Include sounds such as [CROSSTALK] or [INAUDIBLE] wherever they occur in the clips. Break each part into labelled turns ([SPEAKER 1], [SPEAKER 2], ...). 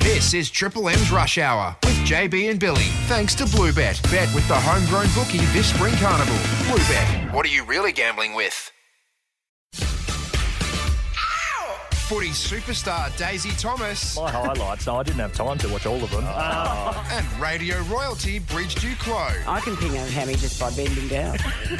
[SPEAKER 1] This is Triple M's Rush Hour with JB and Billy. Thanks to Bluebet. Bet with the homegrown bookie this spring carnival. Bluebet. What are you really gambling with? Footy superstar Daisy Thomas Ah.
[SPEAKER 2] My highlights. No, I didn't have time to watch all of them. Uh,
[SPEAKER 1] and radio royalty Bridge Duclos.
[SPEAKER 3] Oh. I can ping a hammy just by bending down.
[SPEAKER 1] [LAUGHS]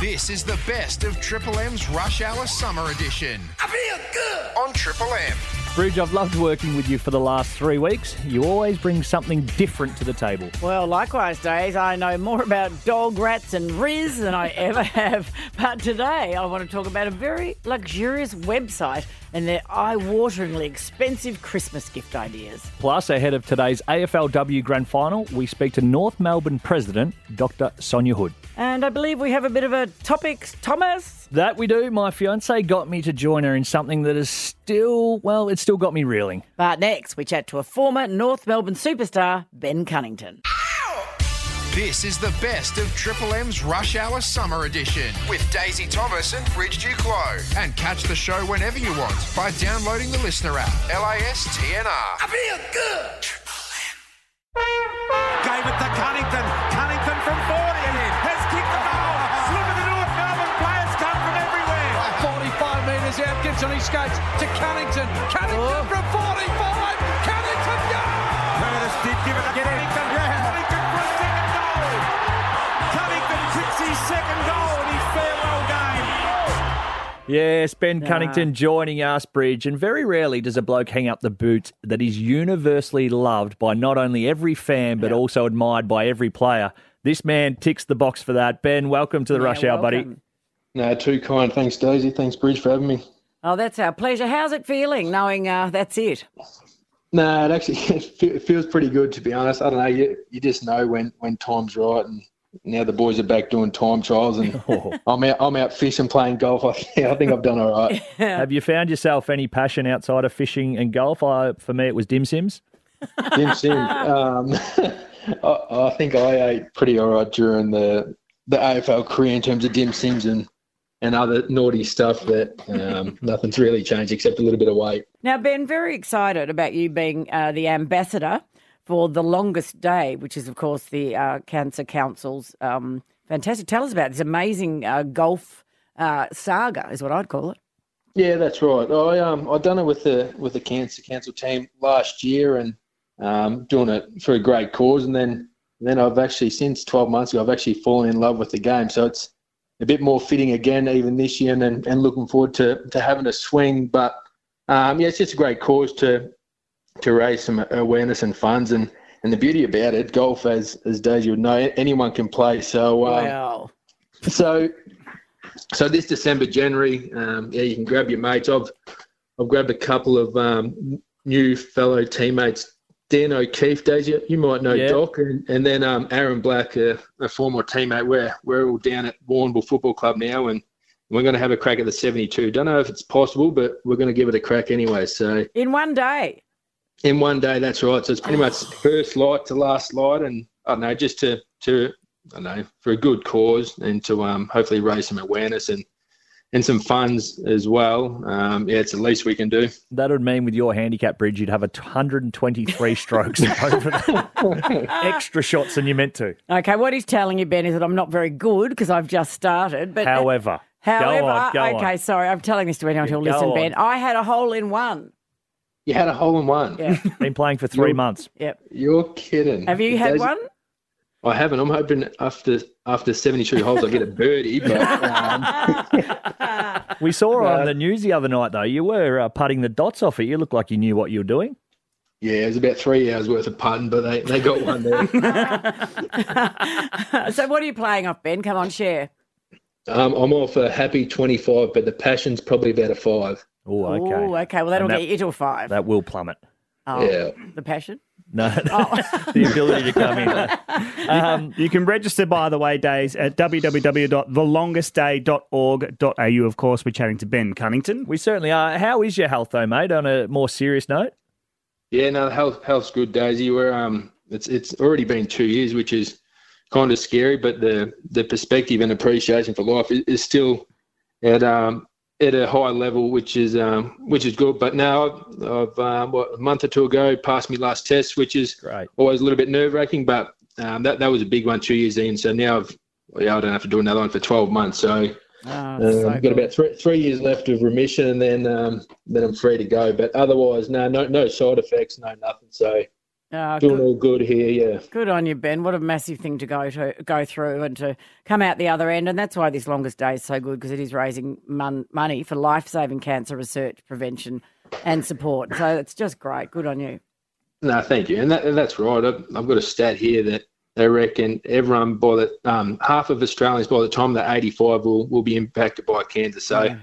[SPEAKER 1] This is the best of Triple M's Rush Hour Summer Edition. I feel good on Triple M.
[SPEAKER 2] [LAUGHS] Bridge, I've loved working with you for the last three weeks. You always bring something different to the table.
[SPEAKER 3] well, likewise, Days, I know more about dog rats and Riz than I ever [LAUGHS] have. But today I want to talk about a very luxurious website and their eye wateringly expensive Christmas gift ideas.
[SPEAKER 2] Plus, ahead of today's AFLW Grand Final, we speak to North Melbourne President Dr. Sonia Hood.
[SPEAKER 3] And I believe we have a bit of a topic, Thomas.
[SPEAKER 2] That we do. My fiance got me to join her in something that is still, well, it's still got me reeling.
[SPEAKER 3] But next, we chat to a former North Melbourne superstar, Ben Cunnington.
[SPEAKER 1] This is the best of Triple M's Rush Hour Summer Edition with Daisy Thomas and Bridge Duclos. And catch the show whenever you want by downloading the listener app, LASTNR.
[SPEAKER 4] Gave it to Cunnington. Cunnington from 40 and has kicked the goal. Look at the North Melbourne players come from everywhere.
[SPEAKER 5] 45 metres out, Gibson, he skates to Cunnington. Cunnington from 45. Cunnington, yeah!
[SPEAKER 4] Curtis did give it to Cunnington. Cunnington for his second goal. Cunnington kicks his second goal in his farewell game.
[SPEAKER 2] Yes, Ben Cunnington joining us, Bridge. And very rarely does a bloke hang up the boot that is universally loved by not only every fan, but also admired by every player. This man ticks the box for that. Ben, welcome to the Rush
[SPEAKER 3] Yeah,
[SPEAKER 2] Hour, buddy.
[SPEAKER 3] welcome. [LAUGHS]
[SPEAKER 6] No, too kind. Thanks, Daisy. Thanks, Bridge, for having me.
[SPEAKER 3] Oh, that's our pleasure. How's it feeling knowing uh, that's it?
[SPEAKER 6] No, it actually [LAUGHS] it fe- it feels pretty good to be honest. I don't know. You, you just know when, when time's right, and now the boys are back doing time trials, and I'm out I'm out fishing, playing golf. I think, [LAUGHS] I think I've done all right.
[SPEAKER 2] Have you found yourself any passion outside of fishing and golf? I, for me, it was dim sims.
[SPEAKER 6] Jim Sim, um, I, I think I ate pretty all right during the the AFL career in terms of dim sims and and other naughty stuff that um, [LAUGHS] nothing's really changed except a little bit of weight.
[SPEAKER 3] Now, Ben, very excited about you being uh, the ambassador for the longest day, which is, of course, the uh, Cancer Council's um, fantastic. Tell us about this amazing uh, golf uh, saga, is what I'd call it.
[SPEAKER 6] Yeah, that's right. I um I done it with the with the cancer council team last year and um doing it for a great cause and then then I've actually since twelve months ago I've actually fallen in love with the game. So it's a bit more fitting again even this year and and, and looking forward to, to having a swing. But um yeah, it's just a great cause to to raise some awareness and funds and, and the beauty about it, golf as as Daisy would know, anyone can play. So um,
[SPEAKER 3] wow.
[SPEAKER 6] so, so this December, January, um, yeah, you can grab your mates. I've I've grabbed a couple of um, new fellow teammates, Dan O'Keefe, Daisy, you might know
[SPEAKER 2] Yeah.
[SPEAKER 6] Doc, and, and then um, Aaron Black, a, a former teammate. We're we're all down at Warrnambool Football Club now, and we're going to have a crack at the 72. Don't know if it's possible, but we're going to give it a crack anyway. So
[SPEAKER 3] In one day.
[SPEAKER 6] in one day. That's right. So it's pretty much first light to last light, and I don't know, just to to I don't know for a good cause and to um hopefully raise some awareness and and some funds as well. Um, yeah, it's the least we can do.
[SPEAKER 2] [LAUGHS] That would mean with your handicap bridge, you'd have a 123 strokes [LAUGHS] over the extra shots than you meant to.
[SPEAKER 3] Okay, what he's telling you, Ben, is that I'm not very good because I've just started. But uh,
[SPEAKER 2] However,
[SPEAKER 3] however,
[SPEAKER 2] go on, go
[SPEAKER 3] okay,
[SPEAKER 2] on.
[SPEAKER 3] sorry, I'm telling this to anyone who'll
[SPEAKER 2] Yeah, go
[SPEAKER 3] listen, Ben. I had a hole in one.
[SPEAKER 6] You had a hole in one.
[SPEAKER 3] Yeah.
[SPEAKER 2] [LAUGHS] Been playing for three
[SPEAKER 6] You're-
[SPEAKER 2] months.
[SPEAKER 3] Yep.
[SPEAKER 6] You're kidding.
[SPEAKER 3] Have you had
[SPEAKER 6] Daisy-
[SPEAKER 3] one?
[SPEAKER 6] I haven't. I'm hoping after after 72 holes I get a birdie, but um,
[SPEAKER 2] We saw on
[SPEAKER 6] [LAUGHS] No.
[SPEAKER 2] the news the other night, though, you were uh, putting the dots off it. You looked like you knew what you were doing.
[SPEAKER 6] yeah, it was about three hours worth of putting, but they, they got one there.
[SPEAKER 3] [LAUGHS] so what are you playing off, Ben? Come on, share.
[SPEAKER 6] Um, I'm off a happy 25, but the passion's probably about a five.
[SPEAKER 2] Oh, okay.
[SPEAKER 3] Ooh, okay. Well, that'll
[SPEAKER 2] And that-
[SPEAKER 3] get you to a five.
[SPEAKER 2] That will plummet.
[SPEAKER 3] Oh,
[SPEAKER 6] Yeah.
[SPEAKER 3] The passion.
[SPEAKER 2] No, the ability to come in. [LAUGHS] Um,
[SPEAKER 7] You can register, by the way, Days, at www.thelongestday.org.au. Of course, we're chatting to Ben Cunnington.
[SPEAKER 2] we certainly are. How is your health, though, mate? On a more serious note,
[SPEAKER 6] Yeah, no, health health's good, Daisy. We're um, it's it's already been two years, which is kind of scary, but the the perspective and appreciation for life is, is still at um at a high level, which is um, which is good. But now I've, I've um, what, a month or two ago passed my last test, which is
[SPEAKER 2] Great.
[SPEAKER 6] always a little bit nerve wracking. But um, that that was a big one two years in. So now I've well, yeah, I don't have to do another one for twelve months. So.
[SPEAKER 3] Oh,
[SPEAKER 6] Um,
[SPEAKER 3] so
[SPEAKER 6] I've got
[SPEAKER 3] good.
[SPEAKER 6] about three, three years left of remission, and then um, then I'm free to go. But otherwise, no, no, no side effects, no nothing. So
[SPEAKER 3] [LAUGHS] Oh,
[SPEAKER 6] doing
[SPEAKER 3] good,
[SPEAKER 6] all good here. Yeah,
[SPEAKER 3] good on you, Ben. What a massive thing to go to go through and to come out the other end. And that's why this longest day is so good because it is raising mon- money for life saving cancer research, prevention, and support. So it's just great. Good on you.
[SPEAKER 6] no, thank you. And, that, and that's right. I've, I've got a stat here that they reckon everyone by the um, half of Australians by the time they're 85 will will be impacted by cancer. So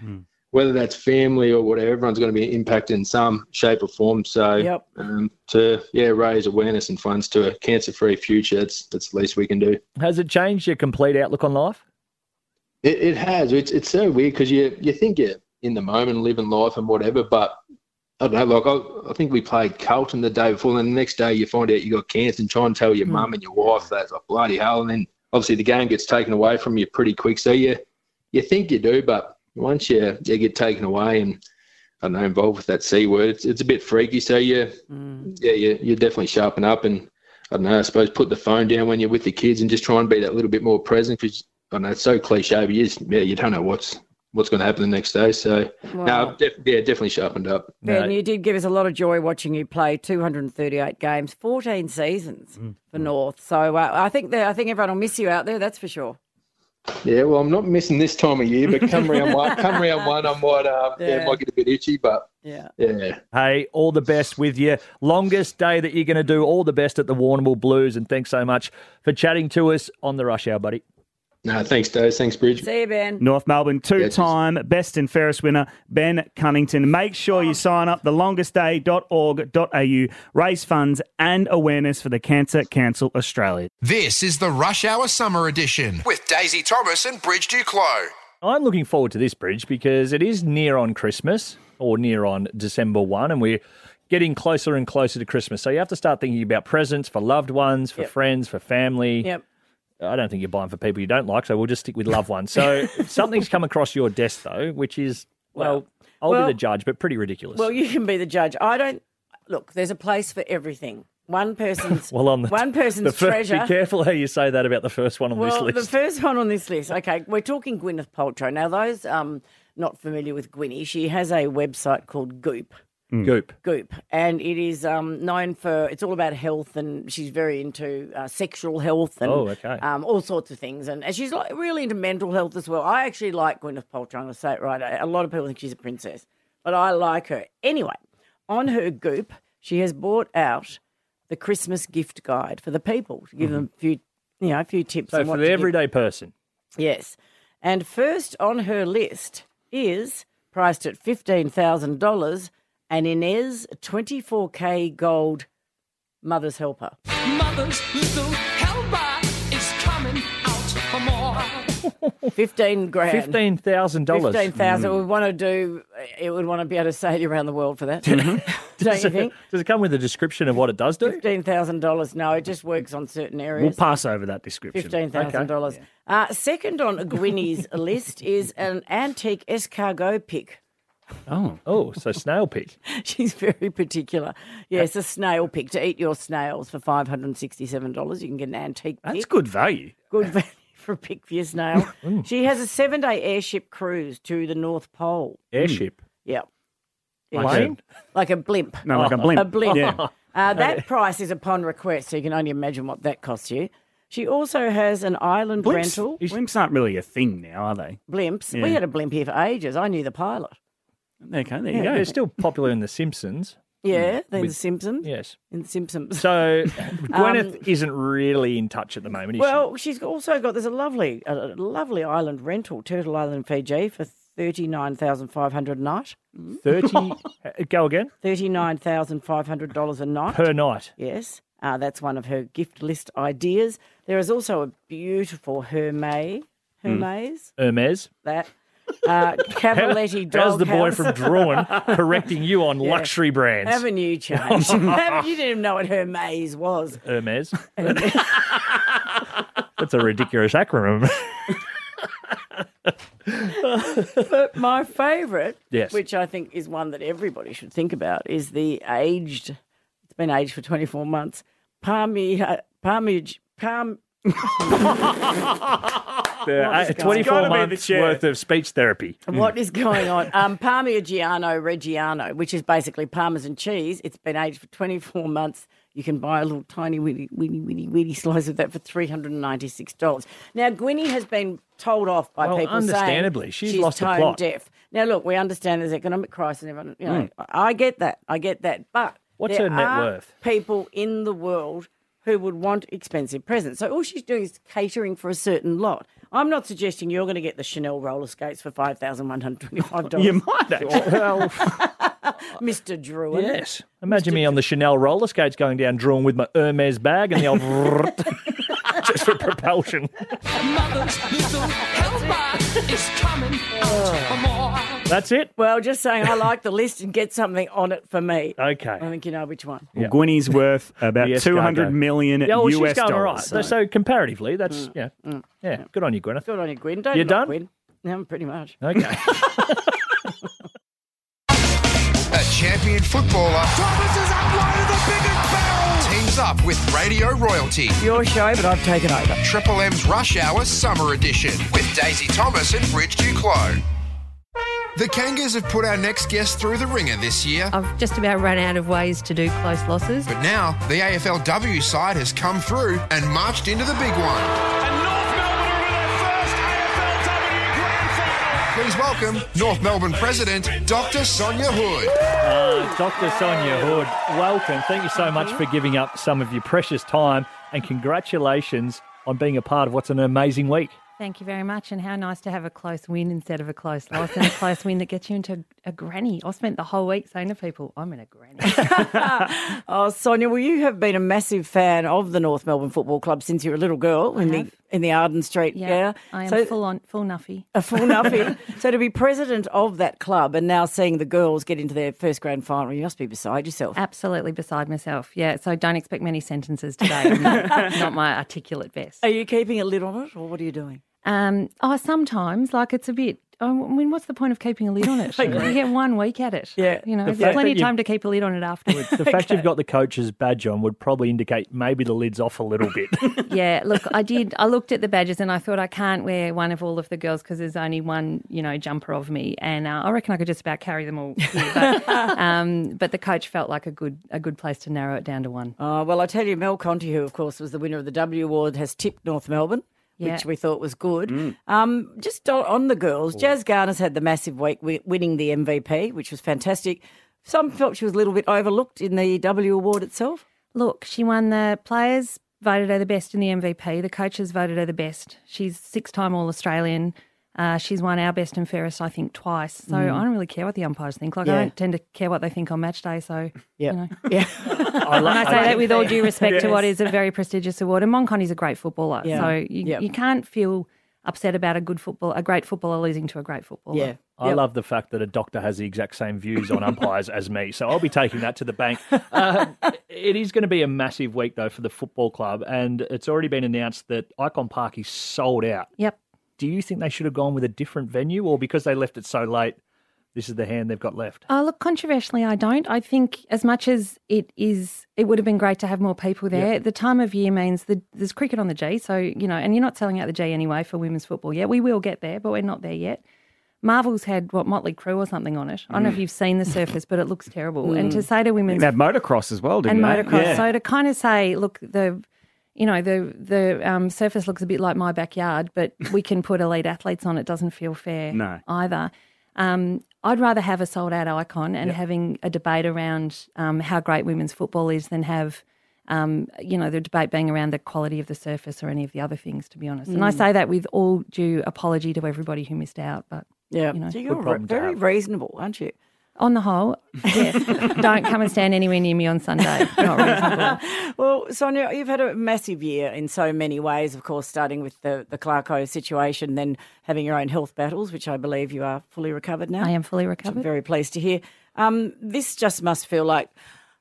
[SPEAKER 6] whether that's family or whatever, everyone's going to be impacted in some shape or form. So
[SPEAKER 3] Yep.
[SPEAKER 6] um, to yeah raise awareness and funds to a cancer-free future. That's that's the least we can do.
[SPEAKER 2] Has it changed your complete outlook on life?
[SPEAKER 6] It, it has. It's it's so weird because you you think you're in the moment, living life and whatever, but I don't know. Like I, I think we played Carlton the day before, and the next day you find out you got cancer, and try and tell your mum and your wife that's like bloody hell, and then obviously the game gets taken away from you pretty quick. So you you think you do, but once you you get taken away and I don't know involved with that c word, it's it's a bit freaky. So you yeah you you definitely sharpen up and. I don't know. I suppose put the phone down when you're with the kids and just try and be that little bit more present because I know it's so cliche, but you just, yeah, you don't know what's what's going to happen the next day. So
[SPEAKER 3] Wow.
[SPEAKER 6] no, def- yeah, definitely sharpened up.
[SPEAKER 3] Ben,
[SPEAKER 2] No.
[SPEAKER 3] you did give us a lot of joy watching you play 238 games, 14 seasons
[SPEAKER 2] Mm.
[SPEAKER 3] for North. So uh, I think that, I think everyone will miss you out there. That's for sure.
[SPEAKER 6] Yeah, well, I'm not missing this time of year, but come round one, come round one, I might, uh, yeah.
[SPEAKER 3] Yeah.
[SPEAKER 6] might get a bit itchy, but
[SPEAKER 3] Yeah.
[SPEAKER 6] yeah,
[SPEAKER 2] [LAUGHS] Hey, all the best with you. Longest day that you're going to do. All the best at the Warrnambool Blues. And thanks so much for chatting to us on the rush hour, buddy.
[SPEAKER 6] no, thanks, Dose, thanks, Bridge.
[SPEAKER 3] See you, Ben.
[SPEAKER 7] North Melbourne two time best and fairest winner, Ben Cunnington. Make sure you sign up thelongestday.org.au, raise funds and awareness for the Cancer Council Australia.
[SPEAKER 1] This is the Rush Hour Summer Edition with Daisy Thomas and Bridge Duclos.
[SPEAKER 2] I'm looking forward to this bridge because it is near on Christmas or near on December 1, and we're getting closer and closer to Christmas. So you have to start thinking about presents for loved ones, for friends, for family.
[SPEAKER 3] Yep.
[SPEAKER 2] I don't think you're buying for people you don't like, so we'll just stick with loved ones.
[SPEAKER 3] [LAUGHS]
[SPEAKER 2] So something's come across your desk, though, which is, well, I'll
[SPEAKER 3] Well-
[SPEAKER 2] be the judge, but pretty ridiculous.
[SPEAKER 3] Well, you can be the judge. I don't look. There's a place for everything. One person's
[SPEAKER 2] Well, on [LAUGHS] the,
[SPEAKER 3] one person's
[SPEAKER 2] the fir-
[SPEAKER 3] treasure.
[SPEAKER 2] Be careful how you say that about the first one on
[SPEAKER 3] well,
[SPEAKER 2] this list.
[SPEAKER 3] the first one on
[SPEAKER 2] [LAUGHS]
[SPEAKER 3] this list. Okay, we're talking Gwyneth Paltrow. Now, those um not familiar with Gwynny, she has a website called Goop.
[SPEAKER 2] Goop.
[SPEAKER 3] Goop, and it is um, known for it's all about health, and she's very into uh, sexual health and
[SPEAKER 2] Oh, okay.
[SPEAKER 3] um, all sorts of things, and, and she's like really into mental health as well. I actually like Gwyneth Paltrow. I'm going to say it right. A a lot of people think she's a princess, but I like her anyway. On her Goop, she has bought out the Christmas gift guide for the people to give them a few, you know, a few tips.
[SPEAKER 2] Mm-hmm. So
[SPEAKER 3] on what
[SPEAKER 2] for
[SPEAKER 3] to
[SPEAKER 2] the
[SPEAKER 3] give
[SPEAKER 2] everyday person,
[SPEAKER 3] Yes. And first on her list is, priced at $15,000, an Inez 24K gold
[SPEAKER 2] [LAUGHS]
[SPEAKER 3] mother's helper.
[SPEAKER 8] Mother's little helper is coming out for more.
[SPEAKER 3] 15 grand.
[SPEAKER 2] fifteen thousand dollars. Hmm.
[SPEAKER 3] 15,000. We want to do, it would want to be able to sail you around the world for that.
[SPEAKER 2] [LAUGHS]
[SPEAKER 3] [LAUGHS] Don't you think?
[SPEAKER 2] Does it come with a description of what it does [LAUGHS] do?
[SPEAKER 3] $15,000. No, it just works on certain
[SPEAKER 7] We'll
[SPEAKER 3] areas.
[SPEAKER 7] pass over that description.
[SPEAKER 3] Fifteen thousand dollars. Uh, second on Gwynny's list is an antique escargot pick.
[SPEAKER 7] Oh.
[SPEAKER 2] Oh, so snail
[SPEAKER 3] [LAUGHS]
[SPEAKER 2] pick.
[SPEAKER 3] She's very particular. Yes, a snail pick to eat your snails for five hundred and sixty-seven dollars. You can get an antique pick.
[SPEAKER 7] That's good value. Mm.
[SPEAKER 3] Good value for a pick for
[SPEAKER 7] [LAUGHS]
[SPEAKER 3] your snail. she has a seven-day airship cruise to the North Pole. Mm.
[SPEAKER 2] Airship.
[SPEAKER 3] Yeah,
[SPEAKER 2] Plane?
[SPEAKER 3] like a blimp.
[SPEAKER 7] No, like a blimp.
[SPEAKER 3] A blimp.
[SPEAKER 7] Yeah.
[SPEAKER 3] [LAUGHS] Uh, that price is upon request, so you can only imagine what that costs you. She also has an island rental.
[SPEAKER 7] Blimps, blimps aren't really a thing now, are they?
[SPEAKER 3] Blimps. We
[SPEAKER 7] Yeah.
[SPEAKER 3] had a blimp here for ages. I knew the pilot.
[SPEAKER 7] Okay, there you
[SPEAKER 2] Yeah,
[SPEAKER 7] go.
[SPEAKER 2] it's still popular in The Simpsons.
[SPEAKER 7] Mm.
[SPEAKER 3] Yeah, then the Simpsons.
[SPEAKER 2] Yes.
[SPEAKER 3] In the Simpsons. Um,
[SPEAKER 2] So
[SPEAKER 3] [LAUGHS]
[SPEAKER 2] Gwyneth isn't really in touch at the moment, is
[SPEAKER 3] Well, she's also got there's a lovely, a a lovely island rental, Turtle Island, Fiji, for thirty nine thousand five hundred a night.
[SPEAKER 2] she?
[SPEAKER 3] [LAUGHS]
[SPEAKER 2] 30, uh, go again,
[SPEAKER 3] Thirty nine thousand five hundred dollars a night.
[SPEAKER 2] per night.
[SPEAKER 3] yes, uh, that's one of her gift list ideas. There is also a beautiful Hermes, Hermes
[SPEAKER 2] Hmm. Hermes.
[SPEAKER 3] that
[SPEAKER 2] [LAUGHS]
[SPEAKER 3] uh, Cavaletti dog.
[SPEAKER 2] How's the boy from Drawn
[SPEAKER 3] [LAUGHS]
[SPEAKER 2] correcting you on luxury brands? [LAUGHS]
[SPEAKER 3] Haven't you [LAUGHS] changed? Haven't- you didn't even know what Hermes was. [LAUGHS]
[SPEAKER 2] Hermes. [LAUGHS] Uh, That's a ridiculous acronym.
[SPEAKER 3] [LAUGHS] but my favourite,
[SPEAKER 2] Yes.
[SPEAKER 3] which I think is one that everybody should think about, is the aged. It's been aged for twenty four months. Palmy, uh, palmage, palm. [LAUGHS]
[SPEAKER 2] Uh,
[SPEAKER 3] It's
[SPEAKER 7] gotta
[SPEAKER 2] 24
[SPEAKER 7] be the
[SPEAKER 2] months
[SPEAKER 7] chair.
[SPEAKER 2] worth of speech therapy. Hmm.
[SPEAKER 3] What is going on? Um, Parmigiano Reggiano, which is basically Parmesan cheese. It's been aged for 24 months. You can buy a little tiny, weeny, weeny, weeny, weeny slice of that for $396. Now, Gwynny has been told off by
[SPEAKER 2] Well,
[SPEAKER 3] people
[SPEAKER 2] understandably.
[SPEAKER 3] saying
[SPEAKER 2] She's lost the
[SPEAKER 3] tone
[SPEAKER 2] plot.
[SPEAKER 3] deaf. Now, look, we understand there's economic crisis and everyone, you know, I I get that. I get that.
[SPEAKER 2] Mm.
[SPEAKER 3] But
[SPEAKER 2] What's
[SPEAKER 3] there
[SPEAKER 2] her net
[SPEAKER 3] are
[SPEAKER 2] worth?
[SPEAKER 3] people in the world who would want expensive presents. So all she's doing is catering for a certain lot. I'm not suggesting you're going to get the Chanel roller skates for five thousand one hundred twenty-five dollars,
[SPEAKER 7] You might actually.
[SPEAKER 2] Well,
[SPEAKER 3] [LAUGHS] Mister Drew.
[SPEAKER 2] yes. Imagine me on the Chanel roller skates going down, drawing with my Hermes bag and the
[SPEAKER 3] [LAUGHS]
[SPEAKER 2] old [LAUGHS] vrrt, just for propulsion.
[SPEAKER 8] Mother's little helper is coming out for more.
[SPEAKER 2] That's it.
[SPEAKER 3] Well, just saying, I like the list and get something on it for me. I
[SPEAKER 2] Okay.
[SPEAKER 3] think you know which one.
[SPEAKER 7] Well, Gwynny's
[SPEAKER 2] [LAUGHS]
[SPEAKER 7] worth about
[SPEAKER 2] Yes,
[SPEAKER 7] two hundred million
[SPEAKER 2] Yeah, well,
[SPEAKER 7] US
[SPEAKER 2] she's going all right.
[SPEAKER 7] dollars.
[SPEAKER 2] So, so comparatively, that's
[SPEAKER 3] Mm.
[SPEAKER 2] yeah, yeah. Good on you, Gwyneth.
[SPEAKER 3] Good on you, Gwen. Don't
[SPEAKER 2] You
[SPEAKER 3] knock
[SPEAKER 2] done?
[SPEAKER 3] Gwen. No, pretty much.
[SPEAKER 2] Okay.
[SPEAKER 1] A champion footballer
[SPEAKER 4] Thomas has unloaded the biggest barrel.
[SPEAKER 1] teams up with radio royalty.
[SPEAKER 3] Your show, but I've taken over.
[SPEAKER 1] Triple M's Rush Hour Summer Edition with Daisy Thomas and Bridge Duclos. The Kangas have put our next guest through the ringer this year,
[SPEAKER 3] Oh.
[SPEAKER 9] I've just about run out of ways to do close losses.
[SPEAKER 1] but now the AFLW side has come through and marched into the big one.
[SPEAKER 4] And North Melbourne are in their first AFLW Grand Final.
[SPEAKER 1] Please welcome North Melbourne President Dr. Sonia Hood.
[SPEAKER 2] Uh, Dr. Sonia Hood, welcome. Thank you so much for giving up some of your precious time and congratulations on being a part of what's an amazing week.
[SPEAKER 9] Thank you very much. And how nice to have a close win instead of a close loss and a close win that gets you into a granny. I spent the whole week saying to people, I'm in a granny.
[SPEAKER 3] Oh, Sonia, well, you have been a massive fan of the North Melbourne Football Club since you were a little girl in the
[SPEAKER 9] have.
[SPEAKER 3] in the Arden Street. Yeah,
[SPEAKER 9] I am
[SPEAKER 3] So-
[SPEAKER 9] full on, full nuffy.
[SPEAKER 3] [LAUGHS] a full nuffy. so to be president of that club and now seeing the girls get into their first grand final, you must be beside yourself.
[SPEAKER 9] Absolutely beside myself. Yeah. So don't expect many sentences today. [LAUGHS] not, not my articulate best.
[SPEAKER 3] Are you keeping a lid on it, or what are you doing?
[SPEAKER 9] Um, oh, sometimes like it's a bit. oh, I mean, what's the point of keeping a lid on [LAUGHS] it? You get one week at it.
[SPEAKER 3] Yeah.
[SPEAKER 9] You know,
[SPEAKER 2] The
[SPEAKER 9] there's
[SPEAKER 2] fact that
[SPEAKER 9] plenty of
[SPEAKER 2] you-
[SPEAKER 9] time to keep a lid on it [LAUGHS] afterwards.
[SPEAKER 2] The fact you've got the coach's badge on would probably indicate maybe the lid's off a little bit.
[SPEAKER 9] yeah, look, I did. I looked at the badges and I thought I can't wear one of all of the girls because there's only one, you know, jumper of me, and uh, I reckon I could just about carry them all. Here, but, [LAUGHS] um, but the coach felt like a good a good place to narrow it down to one.
[SPEAKER 3] Uh, well, I tell you, Mel Conti, who of course was the winner of the W Award, has tipped North Melbourne.
[SPEAKER 9] Yeah.
[SPEAKER 3] Which we thought was good.
[SPEAKER 2] Mm.
[SPEAKER 3] Um, just on, on the girls, Jazz Garner's had the massive week wi- winning the MVP, which was fantastic. Some felt she was a little bit overlooked in the W Award itself.
[SPEAKER 9] Look, she won the players voted her the best in the MVP. The coaches voted her the best. She's six time All Australian. Uh, she's won our best and fairest, I think, twice. So I don't really care what the umpires think. Like
[SPEAKER 3] Mm. Yeah.
[SPEAKER 9] I don't tend to care what they think on match day. So
[SPEAKER 3] Yeah.
[SPEAKER 9] you know.
[SPEAKER 3] [LAUGHS] Yeah.
[SPEAKER 9] And I say that with all due respect to what is a very prestigious award. And Mon Conti's a great footballer.
[SPEAKER 3] Yeah.
[SPEAKER 9] So you,
[SPEAKER 3] Yeah.
[SPEAKER 9] you can't feel upset about a good football, a great footballer losing to a great footballer.
[SPEAKER 3] yeah.
[SPEAKER 2] I love the fact that a doctor has the exact same views on umpires as me, so I'll be taking that to the bank. Uh, it is going to be a massive week, though, for the football club, and it's already been announced that Icon Park is sold out.
[SPEAKER 9] Yep.
[SPEAKER 2] Do you think they should have gone with a different venue, or because they left it so late, this is the hand they've got left?
[SPEAKER 9] Uh, look, controversially, I don't. I think as much as it is, it would have been great to have more people there. The time of year means the, there's cricket on the G, so you know, and you're not selling out the G anyway for women's football yet. We will get there, but we're not there yet. Marvel's had what Motley Crue or something on it. I don't know if you've seen the surface, but it looks terrible.
[SPEAKER 2] Mm.
[SPEAKER 9] And
[SPEAKER 7] Mm.
[SPEAKER 9] to say to women's
[SPEAKER 7] They had motocross as well, didn't
[SPEAKER 9] and
[SPEAKER 7] they?
[SPEAKER 9] motocross.
[SPEAKER 7] Yeah.
[SPEAKER 9] So to kind of say, look, the you know the the um, surface looks a bit like my backyard, but we can put elite athletes on it. Doesn't feel fair
[SPEAKER 7] No.
[SPEAKER 9] either. Um, I'd rather have a sold out icon and having a debate around um, how great women's football is than have um, you know the debate being around the quality of the surface or any of the other things. To be honest, and I say that with all due apology to everybody who missed out, but.
[SPEAKER 3] Yeah.
[SPEAKER 9] You know,
[SPEAKER 3] so you're re-
[SPEAKER 2] problem to
[SPEAKER 3] very
[SPEAKER 2] have.
[SPEAKER 3] reasonable, aren't you?
[SPEAKER 9] On the whole, yes. don't come and stand anywhere near me on Sunday. Not reasonable.
[SPEAKER 3] [LAUGHS] Well, Sonia, you've had a massive year in so many ways, of course, starting with the, the Clarko situation, then having your own health battles, which I believe you are fully recovered now.
[SPEAKER 9] I am fully
[SPEAKER 3] I'm
[SPEAKER 9] recovered.
[SPEAKER 3] very pleased to hear. Um, this just must feel like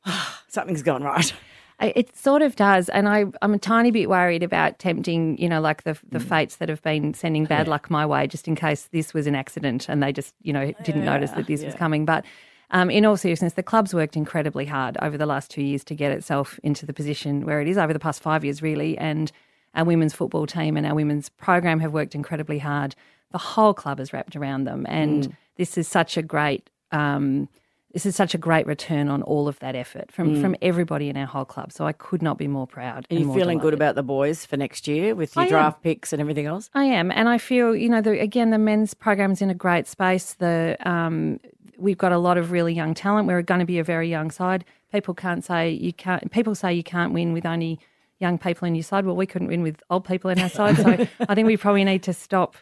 [SPEAKER 3] [SIGHS] something's gone right.
[SPEAKER 9] It sort of does, and I, I'm a tiny bit worried about tempting, you know, like the the fates that have been sending bad luck my way, just in case this was an accident and they just, you know, didn't notice that this was coming. But um, in all seriousness, the club's worked incredibly hard over the last two years to get itself into the position where it is over the past five years, really. And our women's football team and our women's program have worked incredibly hard. The whole club is wrapped around them, and this is such a great. Um, this is such a great return on all of that effort from from everybody in our whole club. So I could not be more proud.
[SPEAKER 3] Mm. Are
[SPEAKER 9] and
[SPEAKER 3] you
[SPEAKER 9] more
[SPEAKER 3] feeling good
[SPEAKER 9] delighted.
[SPEAKER 3] about the boys for next year with your
[SPEAKER 9] I am.
[SPEAKER 3] draft picks and everything else?
[SPEAKER 9] I am, and I feel you know. The, again, the men's program's in a great space. The um, we've got a lot of really young talent. We're going to be a very young side. People can't say you can't. People say you can't win with only young people in your side. Well, we couldn't win with old people
[SPEAKER 3] [LAUGHS]
[SPEAKER 9] in our side. So I think we probably need to stop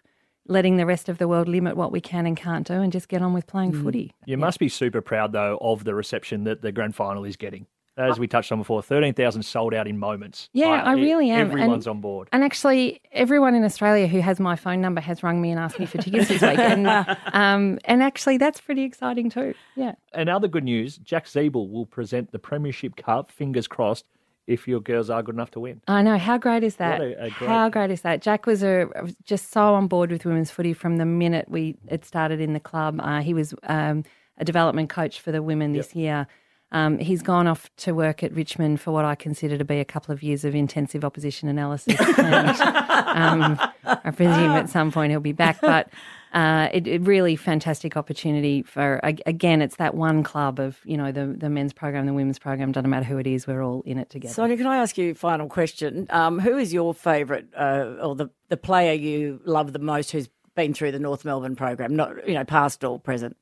[SPEAKER 9] letting the rest of the world limit what we can and can't do, and just get on with playing
[SPEAKER 3] Mm.
[SPEAKER 9] footy.
[SPEAKER 2] You must be super proud, though, of the reception that the grand final is getting. As we touched on before, 13,000 sold out in moments.
[SPEAKER 9] Yeah,
[SPEAKER 2] Like,
[SPEAKER 9] I
[SPEAKER 2] e-
[SPEAKER 9] really am. And-
[SPEAKER 2] Everyone's on board.
[SPEAKER 9] And actually, everyone in Australia who has my phone number has rung me and asked me for tickets this week.
[SPEAKER 2] [LAUGHS]
[SPEAKER 9] And, um, and actually, that's pretty exciting too. Yeah.
[SPEAKER 2] And other good news Jack Zeeble will present the Premiership Cup, fingers crossed, if your girls are good enough to win.
[SPEAKER 9] I know. How great is that?
[SPEAKER 2] a- a great-
[SPEAKER 9] How great is that? Jack was a, just so on board with women's footy from the minute we it started in the club. Uh, he was um, a development coach for the women this year. Um, he's gone off to work at Richmond for what I consider to be a couple of years of intensive opposition
[SPEAKER 2] [LAUGHS]
[SPEAKER 9] analysis. And, um, I presume at some point he'll be back, but uh, it, it really fantastic opportunity for a- again. It's that one club of you know the the men's program, the women's program. Doesn't matter who it is, we're all in it together.
[SPEAKER 3] Sonia, can I ask you a final question? Um, who is your favourite uh, or the, the player you love the most who's been through the North Melbourne program, not you know, past or present?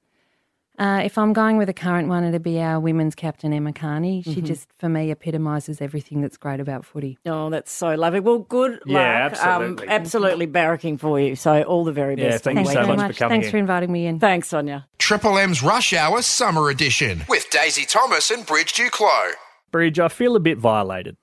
[SPEAKER 9] Uh, if I'm going with a current one, it'd be our women's captain, Emma Carney. She just, for me, epitomises everything that's great about footy.
[SPEAKER 3] Oh, that's so lovely. Well, good luck.
[SPEAKER 2] Yeah, absolutely.
[SPEAKER 3] Um, absolutely barracking for you. So all the very best.
[SPEAKER 2] thank you
[SPEAKER 3] on
[SPEAKER 2] so
[SPEAKER 3] the
[SPEAKER 9] very
[SPEAKER 2] much
[SPEAKER 3] weekend.
[SPEAKER 2] for coming
[SPEAKER 9] Thanks
[SPEAKER 2] in.
[SPEAKER 9] for inviting me in.
[SPEAKER 3] Thanks, Sonia.
[SPEAKER 1] Triple M's Rush Hour Summer Edition with Daisy Thomas and Bridge Duclos.
[SPEAKER 2] Bridge, I feel a bit violated.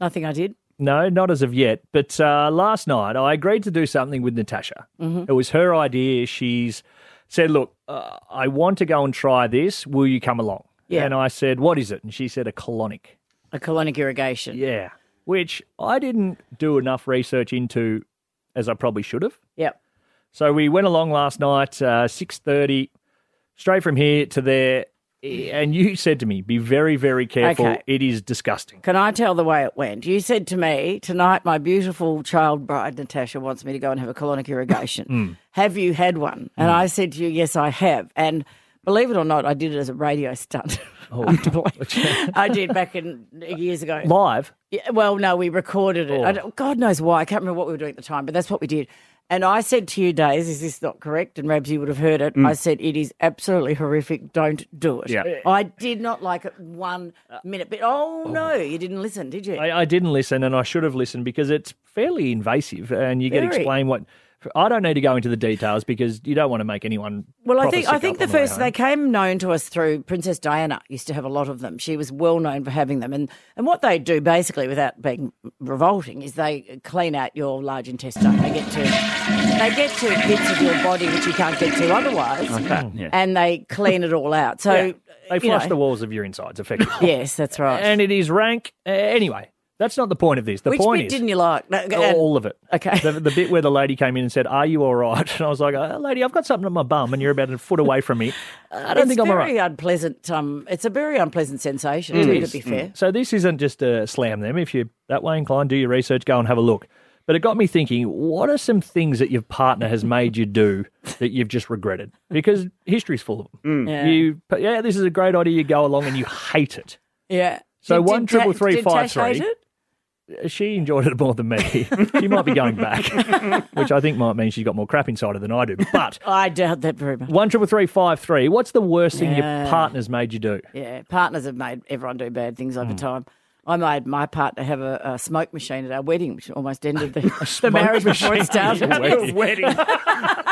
[SPEAKER 3] Nothing I did.
[SPEAKER 2] No, not as of yet. But uh, last night, I agreed to do something with Natasha.
[SPEAKER 3] Mm-hmm.
[SPEAKER 2] It was her idea. She's said, Look, uh, I want to go and try this. Will you come along?
[SPEAKER 3] Yeah.
[SPEAKER 2] And I said, What is it? And she said, A colonic.
[SPEAKER 3] A colonic irrigation.
[SPEAKER 2] Yeah. Which I didn't do enough research into as I probably should have.
[SPEAKER 3] Yep.
[SPEAKER 2] So we went along last night, uh, six thirty, straight from here to there, and you said to me, "Be very, very careful.
[SPEAKER 3] Okay.
[SPEAKER 2] It is disgusting."
[SPEAKER 3] Can I tell the way it went? You said to me, Tonight, my beautiful child bride, Natasha, wants me to go and have a colonic irrigation. Have you had one? And
[SPEAKER 2] Hmm.
[SPEAKER 3] I said to you, Yes, I have. And believe it or not, I did it as a radio stunt. [LAUGHS]
[SPEAKER 2] Oh,
[SPEAKER 3] I have to believe. I did back in years ago.
[SPEAKER 2] Live, Oh.
[SPEAKER 3] Yeah, well, no, we recorded it. I don't- God knows why. I can't remember what we were doing at the time, but that's what we did. And I said to you, Days, is this not correct? And Rabs, you would have heard it. I said, it is absolutely horrific. Don't do it.
[SPEAKER 2] Hmm. Yeah.
[SPEAKER 3] I did not like it one minute. But oh, no, you didn't listen, did you?
[SPEAKER 2] I, I didn't listen, and I should have listened because it's fairly invasive, and you get
[SPEAKER 3] Very.
[SPEAKER 2] explained what. I don't need to go into the details because you don't want to make anyone.
[SPEAKER 3] Well, I
[SPEAKER 2] proper
[SPEAKER 3] think I
[SPEAKER 2] sick
[SPEAKER 3] think
[SPEAKER 2] up
[SPEAKER 3] the
[SPEAKER 2] on way
[SPEAKER 3] first
[SPEAKER 2] home.
[SPEAKER 3] they came known to us through Princess Diana used to have a lot of them. She was well known for having them, and and what they do basically, without being revolting, is they clean out your large intestine. They get to they get to bits of your body which you can't get to otherwise,
[SPEAKER 7] yeah.
[SPEAKER 3] and they clean it all out. So
[SPEAKER 2] Yeah. they
[SPEAKER 3] you know.
[SPEAKER 2] flush the walls of your insides, effectively,
[SPEAKER 3] [LAUGHS] Yes, that's right.
[SPEAKER 2] and it is rank. Uh, anyway, that's not the point of this. The
[SPEAKER 3] Which
[SPEAKER 2] point
[SPEAKER 3] bit
[SPEAKER 2] is,
[SPEAKER 3] didn't you like? No, go- and-
[SPEAKER 2] all of it.
[SPEAKER 3] Okay.
[SPEAKER 2] The, the bit where the lady came in and said, "Are you all right?" [LAUGHS] And I was like, oh, "Lady, I've got something on my bum, and you're about a foot away from
[SPEAKER 3] [LAUGHS]
[SPEAKER 2] me. I don't
[SPEAKER 3] Uh, it's
[SPEAKER 2] think I'm all
[SPEAKER 3] very
[SPEAKER 2] right."
[SPEAKER 3] unpleasant. Um, it's a very unpleasant sensation. too, to be fair,
[SPEAKER 2] Mm. So this isn't just a slam them. If you're that way inclined, do your research, go and have a look. But it got me thinking: What are some things that your partner has made you do that you've just regretted? Because history's full of them.
[SPEAKER 3] Yeah.
[SPEAKER 2] You, but yeah, this is a great idea. You go along and you hate it.
[SPEAKER 3] yeah.
[SPEAKER 2] So
[SPEAKER 3] Did- did
[SPEAKER 2] one triple
[SPEAKER 3] Ta-
[SPEAKER 2] three
[SPEAKER 3] did
[SPEAKER 2] five
[SPEAKER 3] Tash hate
[SPEAKER 2] three.
[SPEAKER 3] it?
[SPEAKER 2] She enjoyed it more than me. she might be going back, which I think might mean she's got more crap inside her than I do.
[SPEAKER 3] [LAUGHS]
[SPEAKER 2] But
[SPEAKER 3] I doubt that very much.
[SPEAKER 2] One triple three five three. What's the worst thing
[SPEAKER 3] Yeah.
[SPEAKER 2] your partner's made you do? Hmm.
[SPEAKER 3] Yeah, partners have made everyone do bad things over time. I made my partner have a, a smoke machine at our wedding, which almost
[SPEAKER 2] [LAUGHS]
[SPEAKER 3] ended the, the marriage before it started. [LAUGHS]
[SPEAKER 7] wedding.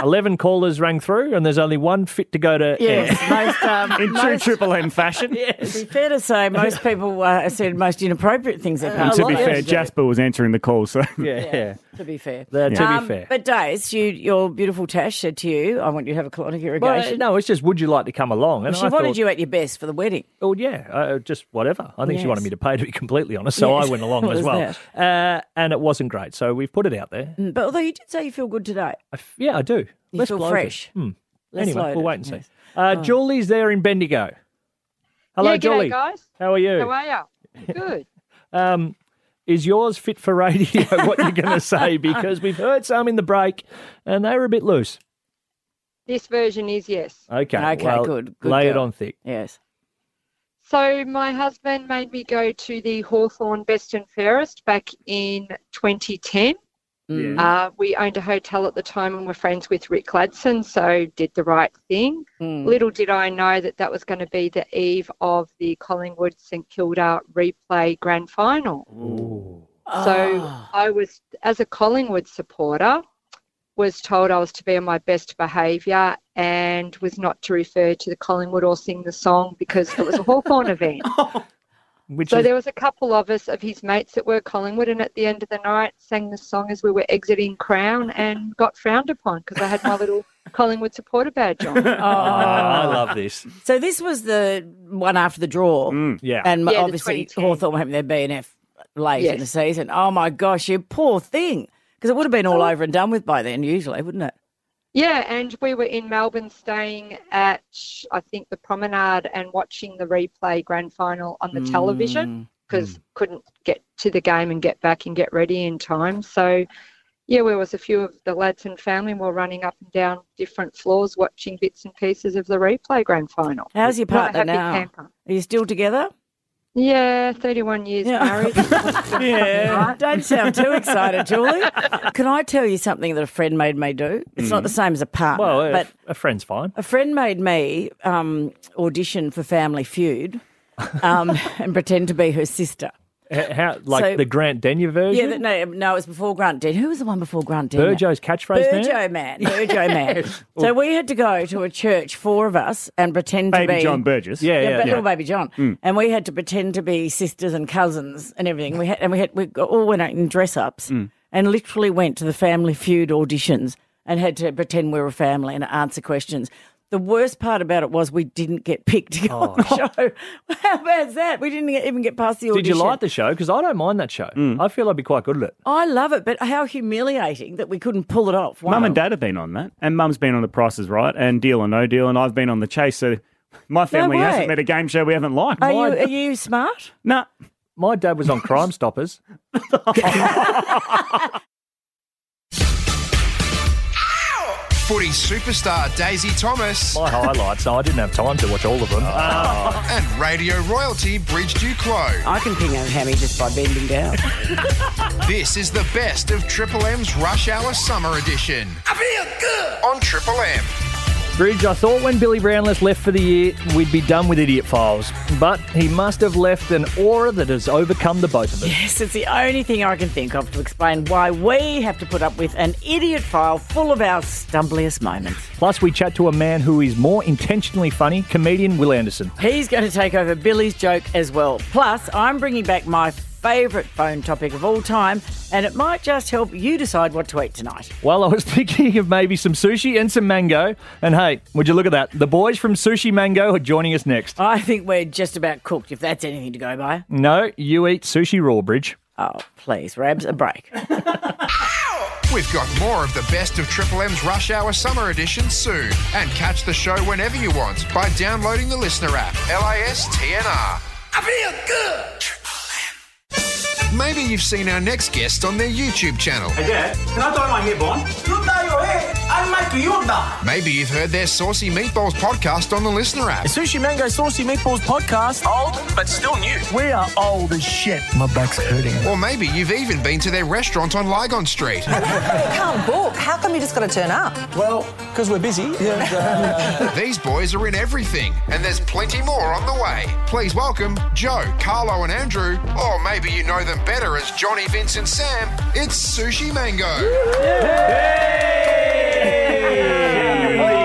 [SPEAKER 2] 11 callers rang through, and there's only one fit to go to
[SPEAKER 3] Yes,
[SPEAKER 2] air. [LAUGHS]
[SPEAKER 3] most, um,
[SPEAKER 7] In true
[SPEAKER 3] most,
[SPEAKER 7] Triple M
[SPEAKER 3] [LAUGHS]
[SPEAKER 7] fashion.
[SPEAKER 3] to be fair to say, most people uh, said most inappropriate things.
[SPEAKER 2] Uh,
[SPEAKER 3] Their
[SPEAKER 7] And to
[SPEAKER 3] partners
[SPEAKER 7] be
[SPEAKER 3] did.
[SPEAKER 7] fair, Jasper was answering the call, so
[SPEAKER 2] Yeah.
[SPEAKER 3] To be fair.
[SPEAKER 2] The- To be
[SPEAKER 3] Um,
[SPEAKER 2] fair.
[SPEAKER 3] But Days, you, your beautiful Tash said to you, "I want you to have a colonic
[SPEAKER 2] well,
[SPEAKER 3] irrigation."
[SPEAKER 2] no, it's just, would you like to come along? And
[SPEAKER 3] uh, she
[SPEAKER 2] I
[SPEAKER 3] wanted
[SPEAKER 2] thought,
[SPEAKER 3] you at your best for the wedding.
[SPEAKER 2] Oh yeah, uh, just whatever. I think she wanted
[SPEAKER 3] Yes.
[SPEAKER 2] me to pay, to be completely honest. So
[SPEAKER 3] Yes.
[SPEAKER 2] I went
[SPEAKER 3] [LAUGHS]
[SPEAKER 2] along
[SPEAKER 3] What
[SPEAKER 2] as
[SPEAKER 3] is
[SPEAKER 2] well, uh, and it wasn't great. So we've put it out there.
[SPEAKER 3] Mm, But although you did say you feel good today,
[SPEAKER 2] I f- yeah, I do.
[SPEAKER 3] you
[SPEAKER 2] Less
[SPEAKER 3] feel
[SPEAKER 2] bloated.
[SPEAKER 3] fresh. Less
[SPEAKER 2] Hmm. Anyway,
[SPEAKER 3] loaded,
[SPEAKER 2] we'll wait and see.
[SPEAKER 3] yes. Oh.
[SPEAKER 2] Uh, Julie's there in Bendigo. Hello,
[SPEAKER 10] yeah, g'day,
[SPEAKER 2] Julie.
[SPEAKER 10] guys.
[SPEAKER 2] How are you?
[SPEAKER 10] How are you? Good.
[SPEAKER 2] Um, is yours fit for radio? [LAUGHS] what you're going to
[SPEAKER 3] [LAUGHS]
[SPEAKER 2] say because we've heard some in the break, and they were a bit loose.
[SPEAKER 10] this version is yes.
[SPEAKER 2] Okay.
[SPEAKER 3] Okay,
[SPEAKER 2] well,
[SPEAKER 3] good, good
[SPEAKER 2] lay it
[SPEAKER 3] girl.
[SPEAKER 2] on thick.
[SPEAKER 3] Yes.
[SPEAKER 10] So my husband made me go to the Hawthorn Best and Fairest back in 2010.
[SPEAKER 3] Mm.
[SPEAKER 10] Uh, we owned a hotel at the time and were friends with Rick Gladson, so did the right thing.
[SPEAKER 2] Hmm.
[SPEAKER 3] Mm.
[SPEAKER 10] Little did I know that that was going to be the eve of the Collingwood St Kilda replay grand final. So
[SPEAKER 3] Ah.
[SPEAKER 10] I was, as a Collingwood supporter, was told I was to be on my best behaviour and was not to refer to the Collingwood or sing the song because it was a Hawthorn event.
[SPEAKER 2] Which
[SPEAKER 10] So
[SPEAKER 2] is
[SPEAKER 10] there was a couple of us of his mates that were Collingwood, and at the end of the night, sang the song as we were exiting Crown and got frowned upon because I had my little Collingwood supporter badge on.
[SPEAKER 2] Oh, I love this.
[SPEAKER 3] So this was the one after the draw,
[SPEAKER 2] Yeah.
[SPEAKER 3] and
[SPEAKER 10] Mm. Yeah, the
[SPEAKER 3] obviously
[SPEAKER 10] 2010.
[SPEAKER 3] Hawthorn having their BNF late in
[SPEAKER 10] Yes.
[SPEAKER 3] the season. Oh my gosh, you poor thing, because it would have been
[SPEAKER 10] Oh.
[SPEAKER 3] all over and done with by then, usually, wouldn't it?
[SPEAKER 10] Yeah, and we were in Melbourne staying at, I think, the promenade and watching the replay grand final on the television because couldn't get to the game and get back and get ready in time. So, yeah, we was a few of the lads and family were running up and down different floors watching bits and pieces of the replay grand final.
[SPEAKER 3] How's your
[SPEAKER 10] Not a
[SPEAKER 3] partner
[SPEAKER 10] happy
[SPEAKER 3] now?
[SPEAKER 10] camper.
[SPEAKER 3] Are you still together?
[SPEAKER 10] Yeah, 31 years
[SPEAKER 3] Yeah.
[SPEAKER 10] married.
[SPEAKER 3] [LAUGHS]
[SPEAKER 10] [LAUGHS]
[SPEAKER 3] Yeah. [LAUGHS] Don't sound too excited, Julie. [LAUGHS] Can I tell you something that a friend made me do? It's
[SPEAKER 10] Mm.
[SPEAKER 3] not the same as a [LAUGHS] partner,
[SPEAKER 2] well, a-
[SPEAKER 3] but
[SPEAKER 2] a friend's fine.
[SPEAKER 3] a friend made me um, audition for Family Feud
[SPEAKER 10] [LAUGHS]
[SPEAKER 3] um, and pretend to be her sister.
[SPEAKER 2] H- How, like
[SPEAKER 3] So-
[SPEAKER 2] the Grant Denyer version?
[SPEAKER 3] Yeah, that, no, no, it was before Grant Den. Who was the one before Grant Den?
[SPEAKER 2] Burjo's catchphrase man?
[SPEAKER 3] Burjo
[SPEAKER 2] [LAUGHS]
[SPEAKER 3] man, Burjo man. So we had to go to a church, four of us, and pretend to
[SPEAKER 7] baby
[SPEAKER 3] be
[SPEAKER 7] John Burgess. Mm.
[SPEAKER 2] Yeah,
[SPEAKER 3] yeah,
[SPEAKER 2] yeah,
[SPEAKER 3] but
[SPEAKER 2] yeah.
[SPEAKER 3] little baby John, and we had to pretend to be sisters and cousins and everything. We had and we had we got- all went out in dress ups
[SPEAKER 7] Mm.
[SPEAKER 3] and literally went to the Family Feud auditions and had to pretend we were family and answer questions. The worst part about it was we didn't get picked to go
[SPEAKER 7] Oh.
[SPEAKER 3] on the show. [LAUGHS] How bad's that? We didn't even get past the audition.
[SPEAKER 2] Did you like the show? Because I don't mind that show. I feel I'd be quite good at it.
[SPEAKER 3] I love it, but how humiliating that we couldn't pull it off. Wow.
[SPEAKER 7] Mum and Dad have been on that, and Mum's been on The Price is Right, and Deal or No Deal, and I've been on The Chase. So my family
[SPEAKER 3] way.
[SPEAKER 7] hasn't met a game show we haven't liked.
[SPEAKER 3] Are you,
[SPEAKER 7] Why?
[SPEAKER 3] are you smart?
[SPEAKER 7] Nah.
[SPEAKER 2] My dad was on Crime Stoppers.
[SPEAKER 1] Footy superstar Daisy Thomas
[SPEAKER 2] My highlights. So I didn't have time to watch all of them. Uh,
[SPEAKER 1] and radio royalty Bridge Duclos.
[SPEAKER 3] Oh. I can ping a hammy just by bending down.
[SPEAKER 1] [LAUGHS] This is the best of Triple M's Rush Hour Summer Edition. I feel good on Triple M.
[SPEAKER 2] [LAUGHS] Bridge, I thought when Billy Brownless left for the year, we'd be done with idiot files. But he must have left an aura that has overcome the both of us.
[SPEAKER 3] Yes, it's the only thing I can think of to explain why we have to put up with an idiot file full of our stumbliest moments.
[SPEAKER 2] Plus, we chat to a man who is more intentionally funny, comedian Will Anderson.
[SPEAKER 3] He's going to take over Billy's joke as well. Plus, I'm bringing back my favourite phone topic of all time, and it might just help you decide what to eat tonight.
[SPEAKER 2] Well, I was [LAUGHS] thinking of maybe some sushi and some mango. And hey, would you look at that? The boys from Sushi Mango are joining us next.
[SPEAKER 3] I think we're just about cooked, if that's anything to go by.
[SPEAKER 2] No, you eat sushi raw, Bridge.
[SPEAKER 3] Oh, please, Rabs,
[SPEAKER 2] [LAUGHS]
[SPEAKER 3] a break.
[SPEAKER 1] We've got more of the best of Triple M's Rush Hour Summer Edition soon. And catch the show whenever you want by downloading the listener app, LISTNR. I feel good! Triple M. Maybe you've seen our next guest on their YouTube channel.
[SPEAKER 4] Dad, can I dye my hair blonde? You dye your hair. I
[SPEAKER 11] am I to you now?
[SPEAKER 1] Maybe you've heard their Saucy Meatballs podcast on the Listener app.
[SPEAKER 11] Sushi Mango Saucy Meatballs podcast. Old, but still new. We are old as shit.
[SPEAKER 1] My back's hurting. Or maybe you've even been to their restaurant on Lygon
[SPEAKER 12] [LAUGHS]
[SPEAKER 1] Street.
[SPEAKER 12] You can't book. How come you just got to turn up?
[SPEAKER 11] Well, because we're busy.
[SPEAKER 1] [LAUGHS] These boys are in everything, and there's plenty more on the way. Please welcome Joe, Carlo, and Andrew, or maybe you know them better as Johnny, Vince, and Sam. It's Sushi Mango.